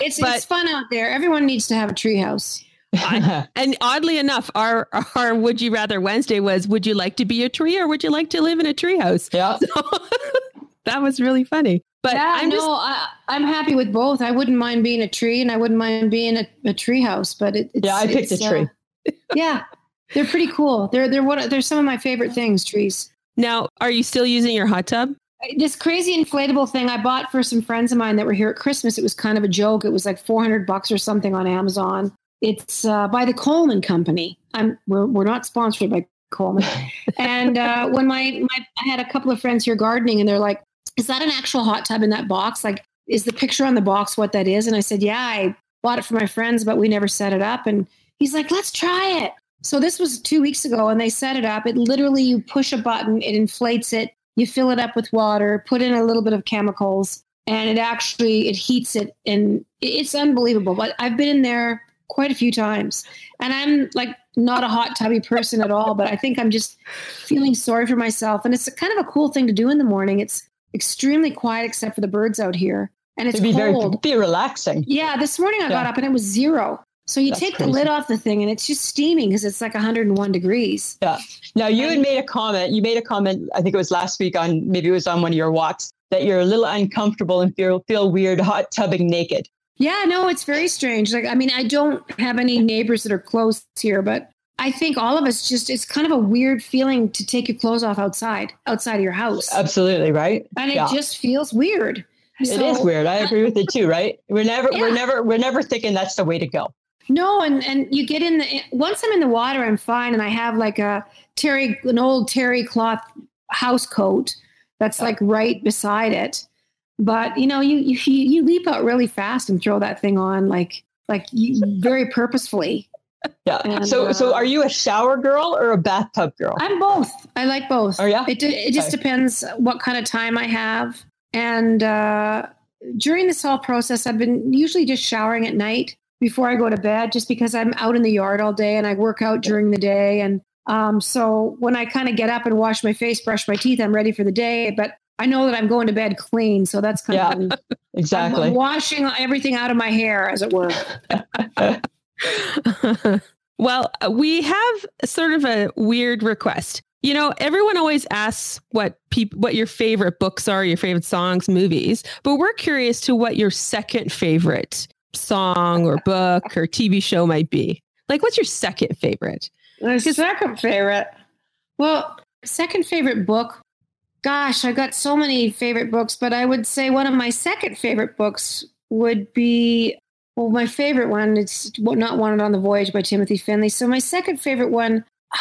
D: It's
E: But-
D: it's fun out there. Everyone needs to have a treehouse.
E: and oddly enough, our our would you rather Wednesday was would you like to be a tree or would you like to live in a treehouse?
C: yeah.
E: that was really funny. But
D: yeah,
E: I'm
D: no,
E: just
D: I, I'm happy with both. I wouldn't mind being a tree, and I wouldn't mind being a, a tree house. But it, it's,
C: Yeah, I picked a
D: it's, uh,
C: tree.
D: yeah, they're pretty cool. They're they're one. of- They're some of my favorite things. Trees.
E: now are you still using your hot tub?
D: This crazy inflatable thing I bought for some friends of mine that were here at Christmas. It was kind of a joke. It was like 400 bucks or something on Amazon. It's uh, by the Coleman Company. I'm we're we're not sponsored by Coleman. and uh, when my my I had a couple of friends here gardening, and they're like, "Is that an actual hot tub in that box? Like, is the picture on the box what that is?" And I said, "Yeah, I bought it for my friends, but we never set it up." And he's like, "Let's try it." So this was two weeks ago, and they set it up. It literally you push a button, it inflates it. You fill it up with water, put in a little bit of chemicals, and it actually it heats it, and it- it's unbelievable. But I've been in there quite a few times, and I'm like not a hot tubby person at all. But I think I'm just feeling sorry for myself. And it's kind of a cool thing to do in the morning. It's extremely quiet except for the birds out here. And it's
C: It'd be
D: cold.
C: very be relaxing.
D: yeah, this morning I got
C: Yeah.
D: up and it was zero. So you
C: That's
D: take
C: crazy.
D: the lid off the thing and it's just steaming because it's like 101 degrees.
C: Now you had made a comment. You made a comment. I think it was last week on maybe it was on one of your walks that you're a little uncomfortable and feel feel weird hot tubbing naked.
D: Yeah, no, it's very strange. Like, I mean, I don't have any neighbors that are close here, but I think all of us just, it's kind of a weird feeling to take your clothes off outside, outside of your house.
C: Absolutely right.
D: and it
C: Uh, yeah.
D: just feels weird.
C: it is
D: So-
C: weird. I agree with it too. Right? We're never we're
D: Yeah.
C: never we're never thinking that's the way to go.
D: No, and and you get in the once I'm in the water, I'm fine, and I have like a terry an old terry cloth house coat that's like right beside it. But you know, you you you leap out really fast and throw that thing on like like you, very purposefully.
C: Yeah.
D: And,
C: so so
D: uh,
C: are you a shower girl or a bathtub girl?
D: I'm both. I like both.
C: Oh, yeah?
D: It de- it just
C: Okay.
D: depends what kind of time I have. And uh, during this whole process, I've been usually just showering at night before I go to bed, just because I'm out in the yard all day and I work out during the day. And um, so when I kind of get up and wash my face, brush my teeth, I'm ready for the day. But I know that I'm going to bed clean, so that's kind
C: Yeah,
D: of fun. I'm
C: exactly.
D: washing everything out of my hair, as it were.
E: well, we have sort of a weird request. You know, everyone always asks what peop- what your favorite books are, your favorite songs, movies, but we're curious to what your second favorite song or book or TV show might be. Like, what's your second favorite?
D: My second favorite. Well, second favorite book. Gosh, I got so many favorite books, but I would say one of my second favorite books would be well, my favorite one. It's not Wanted on the Voyage by Timothy Finley. So my second favorite one.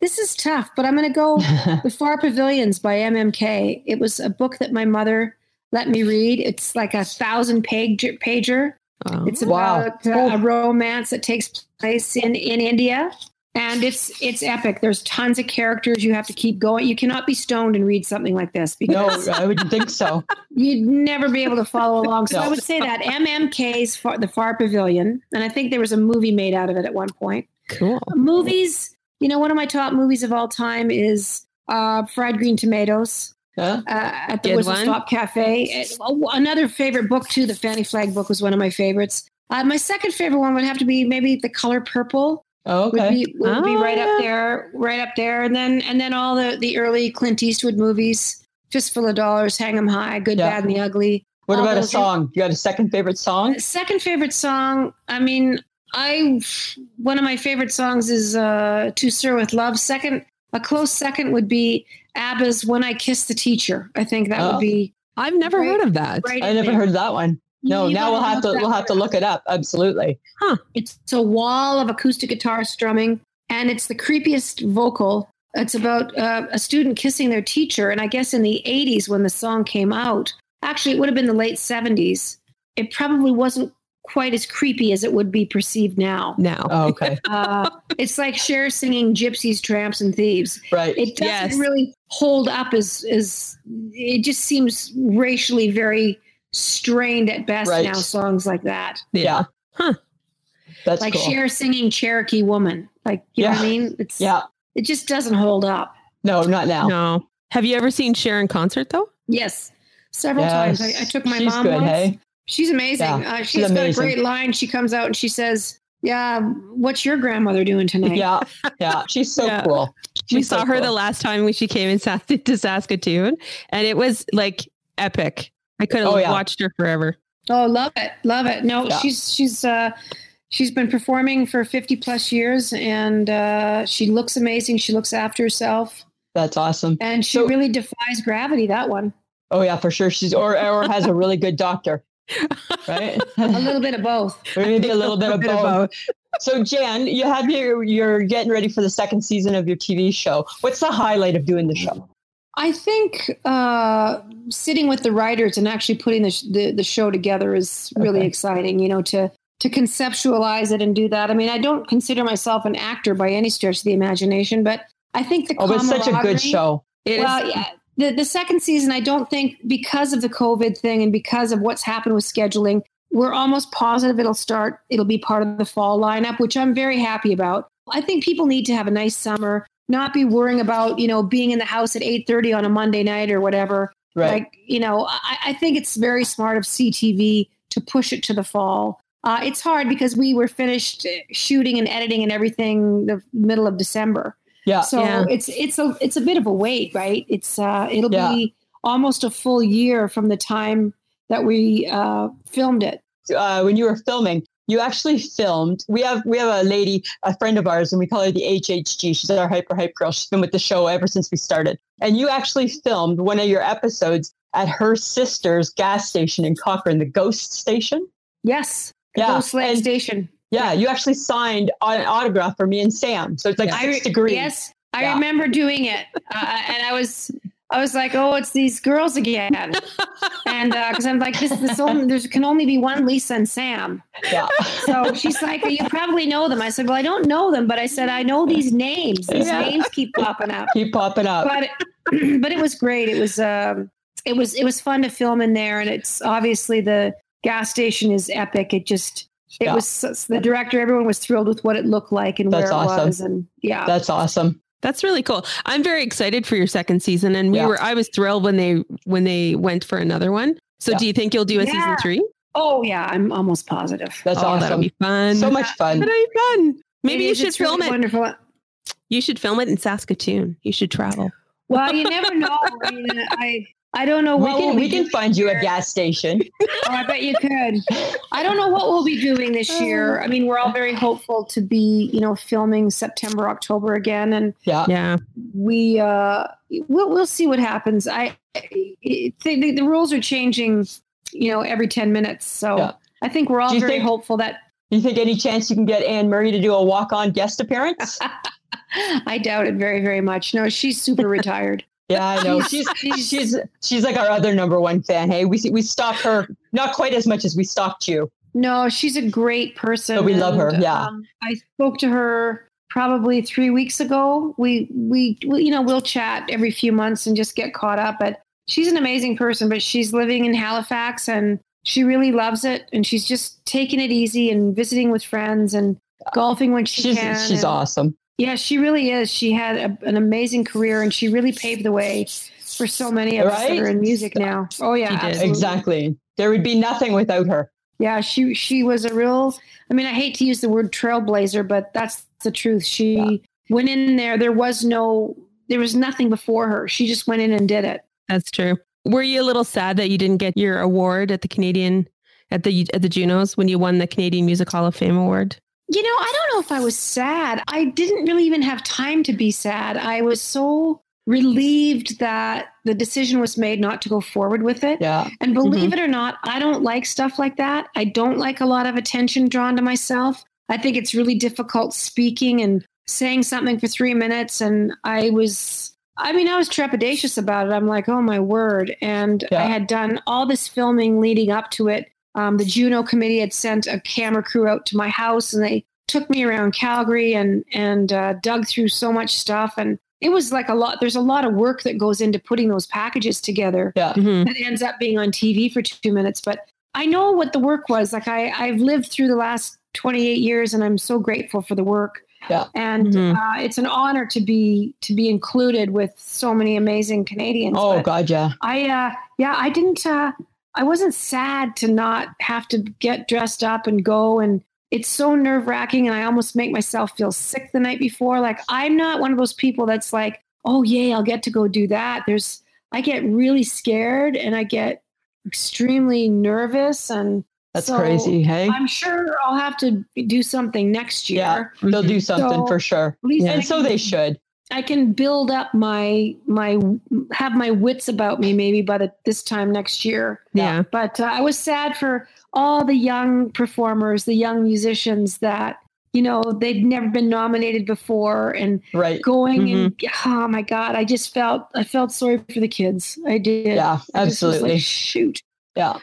D: This is tough, but I'm going to go The Far Pavilions by MMK. It was a book that my mother let me read. It's like a thousand page pager.
E: Um,
D: It's
C: Wow.
D: about uh, a romance that takes place in in India, and it's it's epic. There's tons of characters. You have to keep going. You cannot be stoned and read something like this
C: no,
D: because
C: I wouldn't think so.
D: you'd never be able to follow along. So
C: No.
D: I would say that MMK's far, the Far Pavilion, and I think there was a movie made out of it at one point.
E: cool.
D: Movies, you know, one of my top movies of all time is uh, Fried Green Tomatoes
C: Huh?
D: uh, at the
E: Good
D: Whistle
E: one.
D: Stop Cafe. It- oh, another favorite book too, the Fanny Flag book was one of my favorites. Uh, my second favorite one would have to be maybe the color purple
C: Oh,
D: would
C: okay.
D: be would be
E: Oh,
D: right up
E: yeah.
D: there, right up there, and then and then all the the early Clint Eastwood movies, Fistful of Dollars, Hang 'Em High, Good,
C: Yeah.
D: Bad, and the Ugly.
C: What
D: all
C: about a
D: those-
C: song? You got a second favorite song?
D: Second favorite song, I mean, I one of my favorite songs is uh, "To Sir with Love." Second, a close second would be ABBA's "When I Kiss the Teacher." I think that
C: Oh.
D: would be
E: I've never
D: Right-
E: heard of that.
D: right.
C: I
D: in
C: never
D: there.
C: heard that one. No,
D: You
C: now
D: gotta
C: we'll have
D: look
C: to
D: that
C: we'll have to
D: one up.
C: look it up. Absolutely.
D: It's a wall of acoustic guitar strumming, and it's the creepiest vocal. It's about uh, a student kissing their teacher, and I guess in the '80s when the song came out, actually it would have been the late '70s. It probably wasn't quite as creepy as it would be perceived now.
E: now.
C: Oh, okay.
D: Uh, it's like Cher singing "Gypsies, Tramps, and Thieves."
C: Right.
D: it doesn't
E: Yes.
D: really hold up as as it just seems racially very strained at best
C: Right.
D: now songs like that
C: yeah.
E: Huh.
C: That's
D: like
C: cool.
D: Cher singing Cherokee woman like you know what I mean it's
C: yeah.
D: it just doesn't hold up
C: No, not now.
E: No. Have you ever seen Cher in concert though?
D: yes several times
C: Yes.
D: I, I took my
C: She's
D: mom
C: good,
D: once.
C: hey?
D: she's amazing
C: Yeah,
D: uh,
C: she's
D: she's got a
C: amazing.
D: great line she comes out and she says yeah what's your grandmother doing tonight
C: Yeah. Yeah. She's so
E: Yeah.
C: cool.
E: we
C: She's so
E: saw her
C: cool.
E: the last time when she came in Sask- to Saskatoon, and it was like epic. I could have
C: Oh, yeah.
E: watched her forever.
D: Oh, love it, love it. No,
C: Yeah.
D: she's she's uh, she's been performing for fifty plus years, and uh, she looks amazing. She looks after herself,
C: That's awesome.
D: and she
C: So-
D: really defies gravity. That one,
C: Oh yeah, for sure. She's or or has a really good doctor, right?
D: a little bit of both.
C: Maybe a little bit of both. So Jan, you have your you're getting ready for the second season of your TV show. What's the highlight of doing the show?
D: I think uh, sitting with the writers and actually putting the, sh- the the show together is really
C: Okay.
D: exciting. You know, to to conceptualize it and do that. I mean, I don't consider myself an actor by any stretch of the imagination, but I think the
C: Oh, it's such a good
D: camaraderie-
C: show.
E: It is-
D: well, yeah. The, the second season, I don't think because of the COVID thing and because of what's happened with scheduling, we're almost positive it'll start. It'll be part of the fall lineup, which I'm very happy about. I think people need to have a nice summer, not be worrying about you know being in the house at 8:30 on a Monday night or whatever.
C: Right.
D: Like you know, I, I think it's very smart of CTV to push it to the fall. Uh, it's hard because we were finished shooting and editing and everything the middle of December.
C: yeah.
D: So
E: Yeah.
D: it's it's a it's a bit of a wait, right? It's uh, it'll
C: Yeah.
D: be almost a full year from the time that we uh, filmed it.
C: uh, when you were filming, you actually filmed. We have we have a lady, a friend of ours, and we call her the HHG. She's our hyper hype girl. She's been with the show ever since we started. And you actually filmed one of your episodes at her sister's gas station in Cochrane, the Ghost Station.
D: Yes,
C: Yeah,
D: Ghost Land
C: and-
D: Station.
C: yeah. You actually signed an autograph for me and Sam. So it's like
E: Yeah.
C: six
D: re-
C: degrees.
D: Yes, I
C: Yeah.
D: remember doing it, uh, and I was I was like, oh, it's these girls again, and because I'm like, this this only there can only be one Lisa and Sam.
C: Yeah.
D: So she's like, you probably know them. I said, well, I don't know them, but I said I know these names. These
C: Yeah.
D: names keep popping up.
C: Keep popping up.
D: but but it was great. It was um it was it was fun to film in there, and it's obviously the gas station is epic. It just it
C: Yeah.
D: was the director. Everyone was thrilled with what it looked like and where
C: That's
D: it
C: awesome.
D: was, and yeah,
C: That's awesome.
E: That's really cool. I'm very excited for your second season, and we
C: Yeah.
E: were. I was thrilled when they when they went for another one. So,
C: Yeah.
E: do you think you'll do a
D: Yeah.
E: season three?
D: oh yeah, I'm almost positive.
C: That's
E: oh, That'll
C: awesome.
E: be fun.
C: So much fun.
E: That'll be fun. Maybe
D: It
E: you
D: is.
E: should
D: It's really
E: film it.
D: Wonderful.
E: You should film it in Saskatoon. You should travel.
D: Well, you never know. I mean, I I don't know
C: We
D: what
C: can
D: we'll
C: we
D: be
C: can
D: doing
C: find you a
D: here.
C: gas station.
D: Oh, I bet you could. I don't know what we'll be doing this year. I mean, we're all very hopeful to be, you know, filming September, October again, and
C: Yeah.
E: Yeah.
D: we uh we'll we'll see what happens i it, the, the rules are changing you know every 10 minutes so
C: Yeah.
D: i think we're all
C: Do you
D: very
C: think-
D: hopeful that
C: You think any chance you can get Anne Marie to do a walk on guest appearance?
D: i doubt it very very much no she's super retired
C: Yeah, I know. She's she's she's like our other number one fan. Hey, we we stalk her not quite as much as we stalked you.
D: no she's a great person
C: But we love her, yeah.
D: um, i spoke to her probably three weeks ago we, we we you know we'll chat every few months and just get caught up but she's an amazing person but she's living in halifax and she really loves it and she's just taking it easy and visiting with friends and golfing when she
C: She's
D: can
C: she's
D: and-
C: awesome.
D: yeah she really is she had a, an amazing career and she really paved the way for so many of us that
C: Right?
D: are in music now oh yeah
E: She did.
D: absolutely.
C: Exactly. There would be nothing without her.
D: yeah she she was a real i mean i hate to use the word trailblazer but that's the truth she
C: Yeah.
D: went in there there was no there was nothing before her she just went in and did it
E: That's true. Were you a little sad that you didn't get your award at the Canadian at the at the Junos when you won the Canadian Music Hall of Fame award?
D: You know, I don't know if I was sad. I didn't really even have time to be sad. I was so relieved that the decision was made not to go forward with it.
C: Yeah.
D: And believe it or not, I don't like stuff like that. I don't like a lot of attention drawn to myself. I think it's really difficult speaking and saying something for three minutes, and I was. I mean, I was trepidatious about it. I'm like, oh my word. And
C: Yeah.
D: I had done all this filming leading up to it. Um, the Juno committee had sent a camera crew out to my house and they took me around Calgary and, and uh, dug through so much stuff. And it was like a lot, there's a lot of work that goes into putting those packages together
C: Yeah.
E: Mhm.
D: that ends up being on TV for two minutes. But I know what the work was. Like I, I've lived through the last 28 years, and I'm so grateful for the work.
C: Yeah. Mm-hmm.
D: And
E: Mhm.
D: uh, it's an honor to be to be included with so many amazing Canadians.
C: Oh
D: But
C: God, yeah.
D: I uh, yeah, I didn't. Uh, I wasn't sad to not have to get dressed up and go. And it's so nerve wracking, and I almost make myself feel sick the night before. Like I'm not one of those people that's like, oh yay, I'll get to go do that. There's I get really scared and I get extremely nervous, and
C: That's
D: so
C: crazy. Hey,
D: I'm sure I'll have to do something next year.
C: Yeah. they'll do something
D: So,
C: for sure.
D: at least I
C: And so
D: can-
C: they should.
D: I can build up my my have my wits about me maybe by the this time next year.
E: Yeah.
D: But uh, I was sad for all the young performers, the young musicians that you know they'd never been nominated before, and
C: Right.
D: going
C: Mm-hmm.
D: and oh my god, I just felt I felt sorry for the kids. I did.
C: Yeah,
D: I just was like,
C: absolutely.
D: Shoot.
C: Yeah.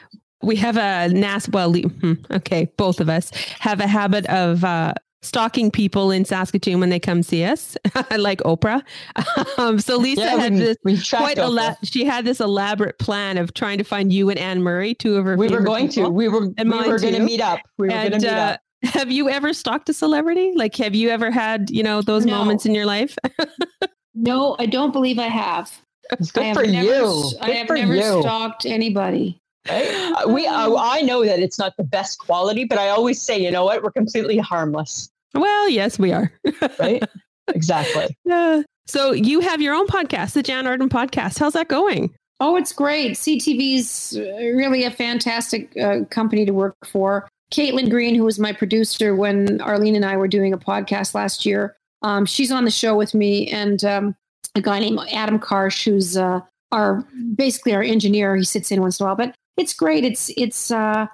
E: We have a NAS. Well, le- hmm, okay, both of us have a habit of uh, stalking people in Saskatoon when they come see us, like Oprah. Um, so Lisa
C: yeah,
E: had
C: we,
E: this
C: we tracked
E: quite
C: off
E: ela- She had this elaborate plan of trying to find you and Anne Murray, two of her.
C: that. We were
E: favorite
C: going to.
E: people.
C: We were.
E: And
C: we
E: mine
C: were going to
E: too.
C: meet up. We were going to
E: And
C: meet
E: uh,
C: up.
E: have you ever stalked a celebrity? Like, have you ever had you know those
D: No.
E: moments in your life?
D: No, I don't believe I have.
C: It's
D: uh, I
C: good
D: have
C: for
D: never,
C: you.
D: I
C: Good
D: have
C: for
D: never Mm.
C: you.
D: stalked anybody.
C: Right? Uh, We. Uh, I know that it's not the best quality, but I always say, you know what? We're completely harmless.
E: Well, yes, we are.
C: Right. exactly.
E: Yeah. So you have your own podcast, the Jan Arden podcast. How's that going?
D: Oh, it's great. CTV's uh, really a fantastic uh, company to work for. Caitlin Green, who was my producer when Arlene and I were doing a podcast last year, um, she's on the show with me, and um, a guy named Adam Karsh, who's uh, our basically our engineer. He sits in once in a while, but it's great. It's it's. Uh,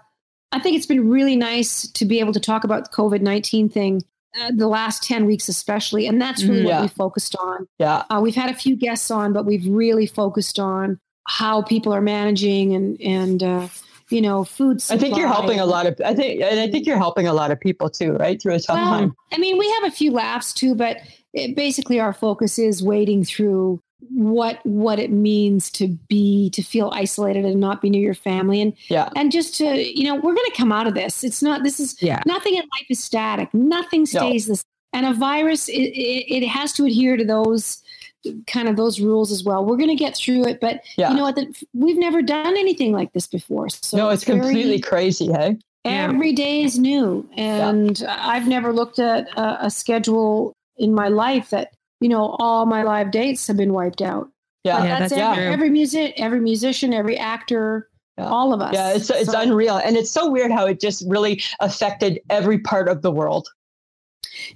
D: I think it's been really nice to be able to talk about the COVID nineteen thing uh, the last ten weeks, especially, and that's really
C: Mhm. Yeah.
D: what we focused on.
C: Yeah.
D: Uh, we've had a few guests on, but we've really focused on how people are managing and and uh, you know food.
C: I think you're
D: supply.
C: helping a lot of. I think. And I think you're helping a lot of people too, right? Through a tough
D: Well,
C: time.
D: I mean, we have a few laughs too, but it, basically our focus is wading through what what it means to be to feel isolated and not be near your family and
C: Yeah.
D: and just to you know we're going to come out of this. It's not this is
E: Yeah.
D: nothing in life is static. Nothing stays this. And a virus, it, it, it has to adhere to those kind of those rules as well. We're going to get through it, but
C: Yeah.
D: you know what? The, we've never done anything like this before. So
C: no, it's
D: very-
C: completely crazy. Hey.
E: Yeah.
D: every day is new, and I've never looked at a, a schedule in my life that you know all my live dates have been wiped out.
C: Yeah.
D: But
E: Yeah,
D: that's,
E: that's
D: every,
E: true.
D: every music, every musician, every actor,
C: Yeah.
D: all of us.
C: Yeah, it's it's
D: So-
C: unreal, and it's so weird how it just really affected every part of the world.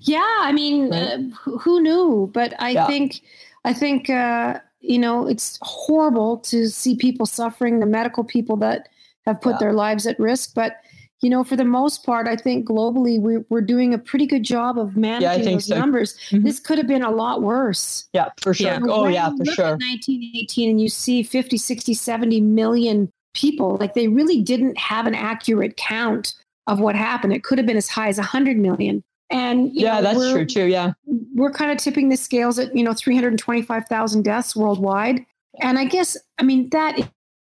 D: Yeah, I mean,
C: Right?
D: uh, who- who knew? But I
C: Yeah.
D: think, I think uh, you know, it's horrible to see people suffering. The medical people that have put
C: Yeah.
D: their lives at risk, but you know, for the most part, I think globally we, we're doing a pretty good job of managing
C: think
D: those
C: so. Mm-hmm.
D: numbers.
E: Mhm.
D: This could have been a lot worse.
C: Yeah, for sure.
E: Yeah.
C: Oh
D: When
C: yeah,
D: you
C: for
D: look
C: sure.
D: At 1918, and you see 50, 60, 70 million people. Like they really didn't have an accurate count of what happened. It could have been as high as 100 million. And you
C: yeah,
D: know,
C: that's
D: we're-
C: true too. Yeah,
D: we're kind of tipping the scales at you know 325,000 deaths worldwide and i guess i mean that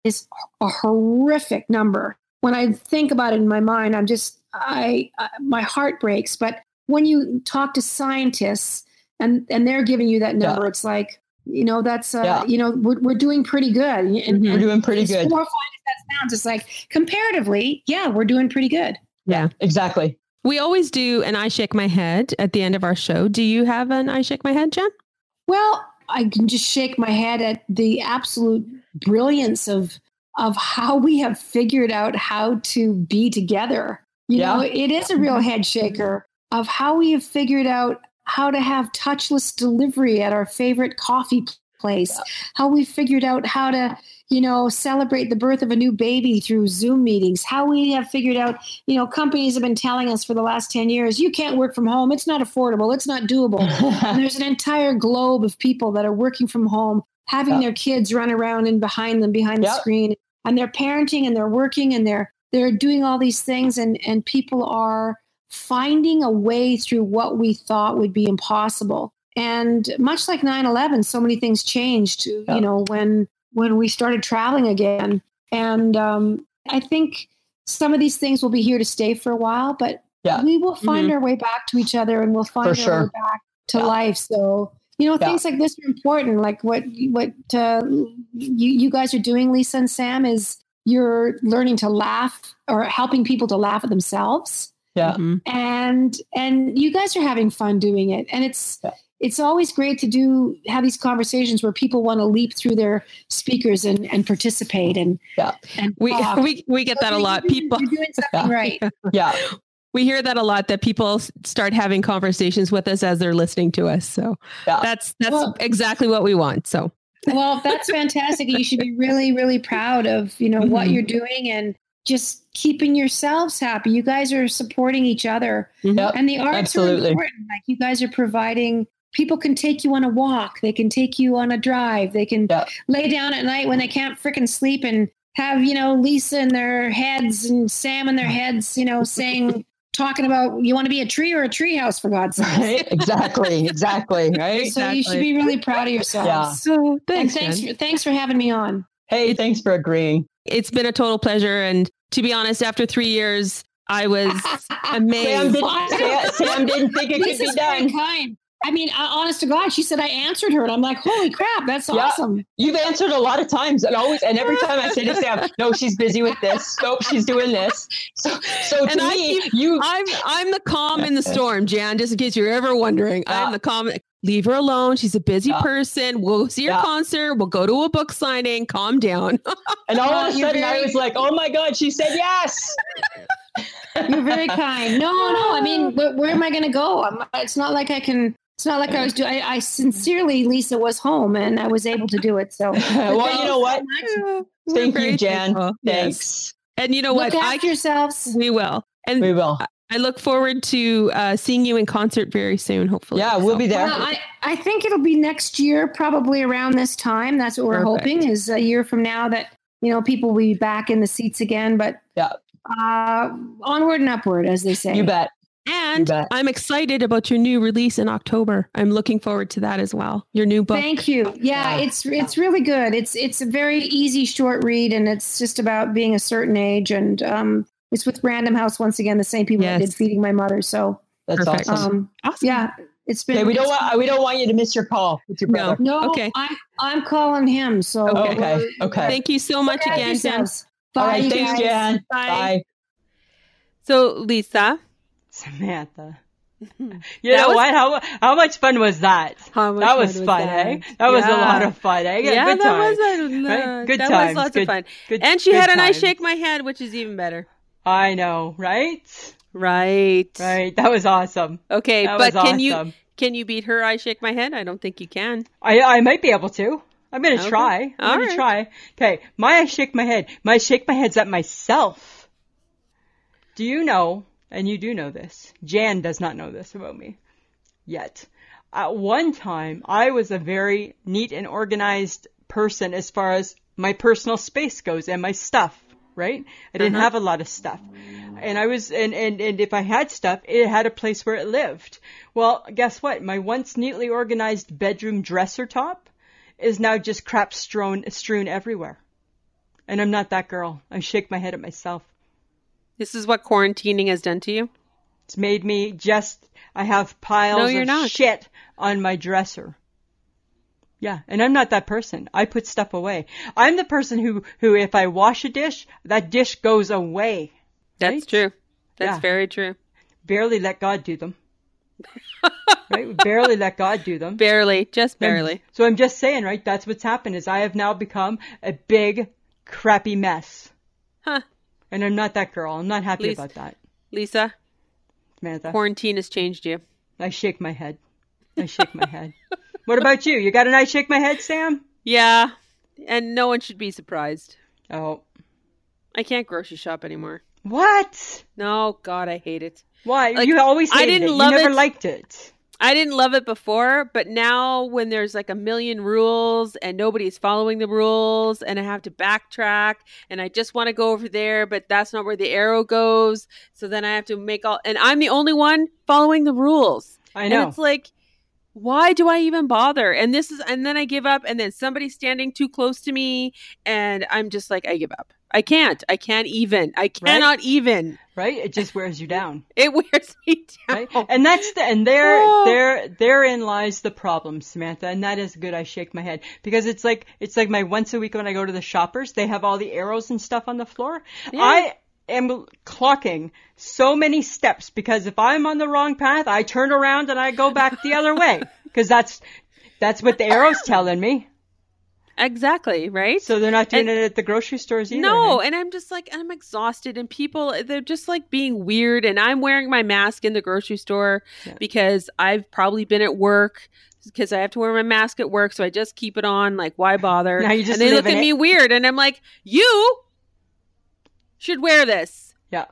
D: is a horrific number when i think about it in my mind i'm just i, I my heart breaks but when you talk to scientists and and they're giving you that number it's like you know that's uh,
C: Yeah.
D: you know we're, we're doing pretty good and, and-
E: Mhm.
C: we're doing pretty
D: as
C: good.
D: horrifying as that sounds it's like comparatively yeah we're doing pretty good
C: Exactly.
E: We always do an I shake my head at the end of our show. Do you have an I shake my head, Jen?
D: Well, I can just shake my head at the absolute brilliance of of how we have figured out how to be together. You
C: Yeah.
D: know, it is a real head shaker of how we have figured out how to have touchless delivery at our favorite coffee p- place. How we figured out how to, you know, celebrate the birth of a new baby through Zoom meetings. How we have figured out, you know, companies have been telling us for the last 10 years, you can't work from home. It's not affordable. It's not doable. and there's an entire globe of people that are working from home, having
C: Yeah.
D: their kids run around and behind them behind the
C: Yep.
D: screen. And they're parenting and they're working and they're they're doing all these things and and people are finding a way through what we thought would be impossible. And much like 9/11, so many things changed,
C: Yeah.
D: you know, when when we started traveling again. And um, I think some of these things will be here to stay for a while, but
C: Yeah. Mm-hmm.
D: we will find our way back to each other and we'll find
C: For
D: our
C: sure.
D: way back to
C: Yeah.
D: life. So, you know,
C: Yeah.
D: things like this are important. Like what what uh, you you guys are doing, Lisa and Sam, is you're learning to laugh or helping people to laugh at themselves
C: Yeah.
E: Mhm.
D: and and you guys are having fun doing it and it's
C: Yeah.
D: it's always great to do have these conversations where people want to leap through their speakers and and participate and
C: Yeah.
D: and
E: We,
C: Ah.
D: talk.
E: we we get that a lot.
D: You're doing-
E: People
D: you're doing something right
C: Yeah.
E: we hear that a lot that people s- start having conversations with us as they're listening to us. So
C: Yeah.
E: that's that's
D: Well-
E: exactly what we want. So
D: well that's fantastic you should be really really proud of you know what
E: Mhm.
D: you're doing and just keeping yourselves happy you guys are supporting each other
E: Mm-hmm.
C: Yep.
D: and the arts
C: Absolutely.
D: are important like you guys are providing people can take you on a walk they can take you on a drive they can
C: Yeah.
D: lay down at night when they can't freaking sleep and have you know lisa in their heads and sam in their heads you know saying talking about you want to be a tree or a tree house for god's sake
C: Right. Exactly. Exactly. Right.
D: so you
E: Exactly.
D: should be really proud of yourselves
C: Yeah.
E: so
D: and
E: thanks.
D: thanks
E: Jen.
D: for, thanks for having me on
C: Hey, thanks for agreeing.
E: It's been a total pleasure. And to be honest, after three years, I was
C: Sam
E: amazed.
C: didn't, Sam, Sam didn't think it could
D: Lisa's
C: be
D: very
C: done.
D: kind. I mean, uh, honest to God, she said I answered her, and I'm like, holy crap, that's
C: Yeah.
D: awesome.
C: You've answered a lot of times, and always, and every time I say to Sam, "No, she's busy with this. Nope, she's doing this." So, so to
E: And I
C: me, you
E: I'm I'm the calm in the storm, Jan. Just in case you're ever wondering,
C: Yeah.
E: I'm the calm. Leave her alone. She's a busy
C: Yeah.
E: person. We'll see her
C: Yeah.
E: concert. We'll go to a book signing. Calm down.
C: and all of a
D: You're
C: sudden I
D: very-
C: was like, "Oh my God!" She said yes.
D: You're very kind. No, no, I mean, where, where am I going to go? I'm, it's not like I can. It's not like I was doing. I, I sincerely, Lisa was home, and I was able to do it. So,
C: well, you know what?
E: We're
C: you,
E: very
C: Jan.
E: thankful. Yes.
C: Thanks.
E: And you know
D: look
E: what?
D: after
E: I
D: yourselves.
E: we will. And
C: We will.
E: I look forward to uh, seeing you in concert very soon, hopefully.
C: Yeah, we'll
E: So-
C: be there.
D: Well, I, I think it'll be next year, probably around this time. That's what we're
E: Perfect.
D: hoping is a year from now that you know people will be back in the seats again. But
C: Yeah.
D: uh, onward and upward, as they say.
C: You bet.
E: And
C: You bet.
E: I'm excited about your new release in October. I'm looking forward to that as well. Your new book.
D: Thank you. Yeah,
C: Yeah.
D: it's it's really good. It's it's a very easy short read, and it's just about being a certain age. And um, it's with Random House once again, the same people that
E: Yes.
D: did Feeding My Mother. So
C: That's
E: Perfect.
C: awesome.
D: um,
E: awesome.
D: yeah, it's been.
C: Okay, we don't
D: it's-
C: want we don't want you to miss your call with your
E: No.
C: brother.
D: No,
E: Okay.
D: I'm I'm calling him. So
E: Okay.
C: Okay. Okay.
E: Thank you so much
D: Look after
E: again, Jen.
D: yourselves. Bye,
C: All right.
D: you
C: Thanks,
D: guys.
C: Jan.
D: Bye.
C: Bye.
A: So, Lisa,
B: Samantha. You
A: That
B: know
A: was-
B: what? How how much fun was that?
A: how much
B: That was
A: fun,
B: fun,
A: that?
B: eh? That was a
A: Yeah.
B: lot of fun. eh?
A: yeah,
B: good time.
A: that was a
B: Right?
A: good
B: Good
A: that was
B: times,
A: lots of
B: good-
A: fun.
B: Good-
A: And she
B: good
A: had a nice
B: times.
A: shake my hand, which is even better.
B: I know, right?
A: Right.
B: Right. That was awesome.
A: Okay,
B: That
A: but
B: was
A: can you
B: awesome.
A: can you beat her? I shake my head. I don't think you can.
B: I I might be able to. I'm gonna
A: Okay.
B: try. I'm
A: All
B: gonna
A: right.
B: try. Okay. My I shake my head. My shake my head's at myself. Do you know? And you do know this. Jan does not know this about me yet. At one time, I was a very neat and organized person as far as my personal space goes and my stuff. Right? I didn't have a lot of stuff. And I was, and, and, and if I had stuff, it had a place where it lived. Well, guess what? My once neatly organized bedroom dresser top is now just crap strewn, strewn everywhere. And I'm not that girl. I shake my head at myself.
A: This is what quarantining has done to you.
B: It's made me just, I have piles
A: No, you're
B: of
A: not.
B: shit on my dresser. Yeah, and I'm not that person. I put stuff away. I'm the person who, who if I wash a dish, that dish goes away.
A: That's
B: Right?
A: true. That's
B: Yeah.
A: very true.
B: Barely let God do them. right? We Barely let God do them.
A: Barely, just
B: I'm-
A: barely.
B: so I'm just saying, right? That's what's happened is I have now become a big crappy mess.
A: Huh.
B: And I'm not that girl. I'm not happy
A: Please.
B: about that,
A: Lisa,
B: Samantha.
A: quarantine has changed you.
B: I shake my head. I shake my head. What about you? You got an I shake my head, Sam?
A: Yeah. and no one should be surprised.
B: Oh,
A: I can't grocery shop anymore.
B: what?
A: No, God, I hate it.
B: Why?
A: Like,
B: you always
A: I
B: hated
A: didn't
B: it.
A: love
B: you never
A: it.
B: liked it.
A: I didn't love it before, but now when there's like a million rules and nobody's following the rules and I have to backtrack and I just want to go over there, but that's not where the arrow goes. So then I have to make all, and I'm the only one following the rules.
B: I know.
A: And it's like, why do I even bother? And this is, and then I give up, and then somebody's standing too close to me, and I'm just like, I give up. I can't. I can't even. I cannot even.
B: right? It just wears you down.
A: It wears me down.
B: Right? And that's the and there
A: Oh.
B: there therein lies the problem, Samantha. And that is good. I shake my head because it's like it's like my once a week when I go to the shoppers, they have all the arrows and stuff on the floor.
A: Yeah.
B: I am clocking so many steps because if I'm on the wrong path, I turn around and I go back the other way because that's that's what the arrows telling me.
A: Exactly. Right.
B: So they're not doing
A: And-
B: it at the grocery stores either.
A: No,
B: huh?
A: and I'm just like I'm exhausted and people they're just like being weird and I'm wearing my mask in the grocery store
B: Yeah.
A: because I've probably been at work because I have to wear my mask at work so I just keep it on like why bother?
B: Now you
A: and
B: just
A: they look
B: live in
A: at me
B: it.
A: weird and I'm like you should wear this.
B: Yeah.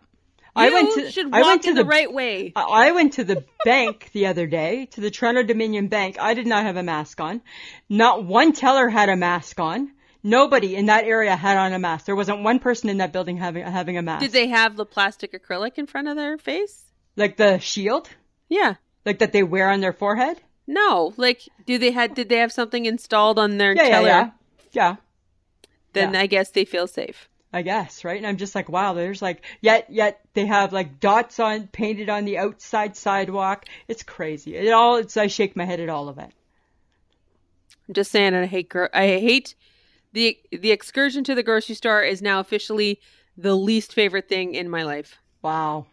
A: You
B: I went to
A: should
B: I
A: walk
B: went to
A: in the,
B: the
A: right way.
B: I I went to the bank the other day, to the Toronto Dominion Bank. I did not have a mask on. Not one teller had a mask on. Nobody in that area had on a mask. There wasn't one person in that building having having a mask.
A: Did they have the plastic acrylic in front of their face?
B: like the shield,
A: Yeah.
B: like that they wear on their forehead?
A: No, like do they had did they have something installed on their
B: Yeah, yeah,
A: teller?
B: yeah, yeah.
A: Then
B: yeah.
A: I guess they feel safe.
B: I guess, right? And I'm just like, wow, there's like, yet, yet they have like dots on painted on the outside sidewalk. It's crazy. It all, it's, I shake my head at all of it.
A: I'm just saying, I hate. gro- I hate the the excursion to the grocery store is now officially the least favorite thing in my life.
B: Wow.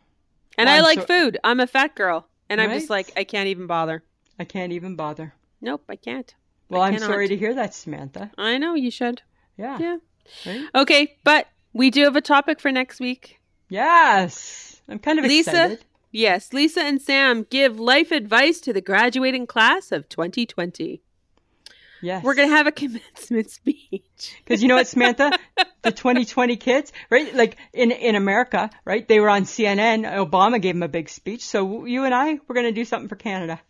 A: And
B: Well,
A: I
B: I'm
A: like
B: so-
A: food. I'm a fat girl, and I'm just
B: Right.
A: like, I can't even bother.
B: I can't even bother.
A: Nope, I can't.
B: Well, I'm
A: cannot.
B: sorry to hear that, Samantha.
A: I know you should.
B: Yeah.
A: Yeah.
B: Right?
A: Okay, but we do have a topic for next week.
B: Yes. I'm kind of
A: Lisa?
B: excited.
A: Yes, Lisa and Sam give life advice to the graduating class of 2020.
B: Yes.
A: We're gonna have a commencement speech.
B: Because you know what, Samantha, the 2020 kids, right? Like in in America, right? They were on CNN. Obama gave them a big speech. So you and I, we're gonna do something for Canada.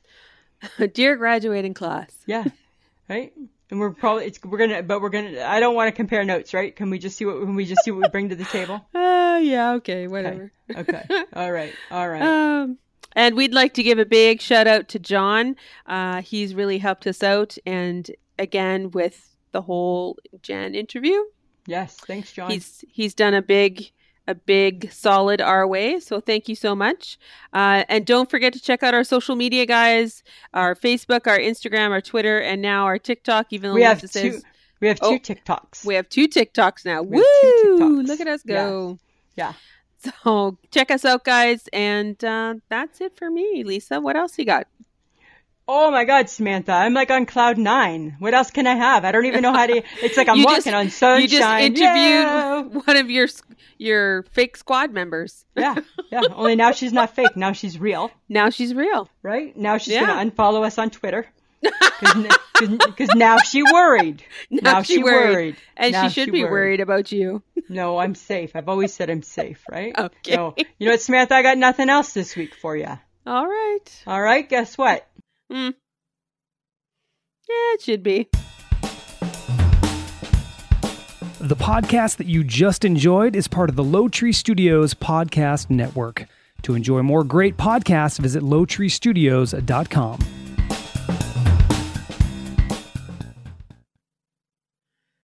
A: Dear graduating class,
B: Yeah, right. And we're probably it's we're gonna, but we're gonna. I don't want to compare notes, right? Can we just see what can we just see what we bring to the table?
A: uh, yeah, okay, whatever.
B: Okay. All right. All right.
A: Um, and we'd like to give a big shout out to John. Uh, he's really helped us out, and again with the whole Jan interview,
B: yes. Thanks, John.
A: he's he's done a big a big solid our way. So thank you so much. Uh, and don't forget to check out our social media, guys. Our Facebook, our Instagram, our Twitter, and now our TikTok. Even though
B: we have
A: Lisa
B: two.
A: says
B: We have two
A: Oh.
B: TikToks.
A: we have two TikToks now.
B: We have two
A: Woo!
B: TikToks.
A: Look at us go.
B: Yeah.
A: So check us out, guys. And uh, that's it for me, Lisa. What else you got?
B: Oh my God, Samantha! I'm like on cloud nine. What else can I have? I don't even know how to. It's like I'm
A: You
B: walking
A: just-
B: on sunshine.
A: you just interviewed
B: Yeah.
A: one of your your fake squad members.
B: yeah, yeah. Only now she's not fake. Now she's real,
A: Now she's real.
B: right? Now she's
A: Yeah.
B: gonna unfollow us on Twitter because now she worried.
A: Now she worried. And she
B: Now
A: should be worried. about you.
B: No, I'm safe. I've always said I'm safe, right?
A: Okay.
B: No. You know what, Samantha? I got nothing else this week for you.
A: All right.
B: All right. Guess what?
A: Yeah, it should be.
F: The podcast that you just enjoyed is part of the Low Tree Studios Podcast Network. To enjoy more great podcasts, visit lowtreestudios.com.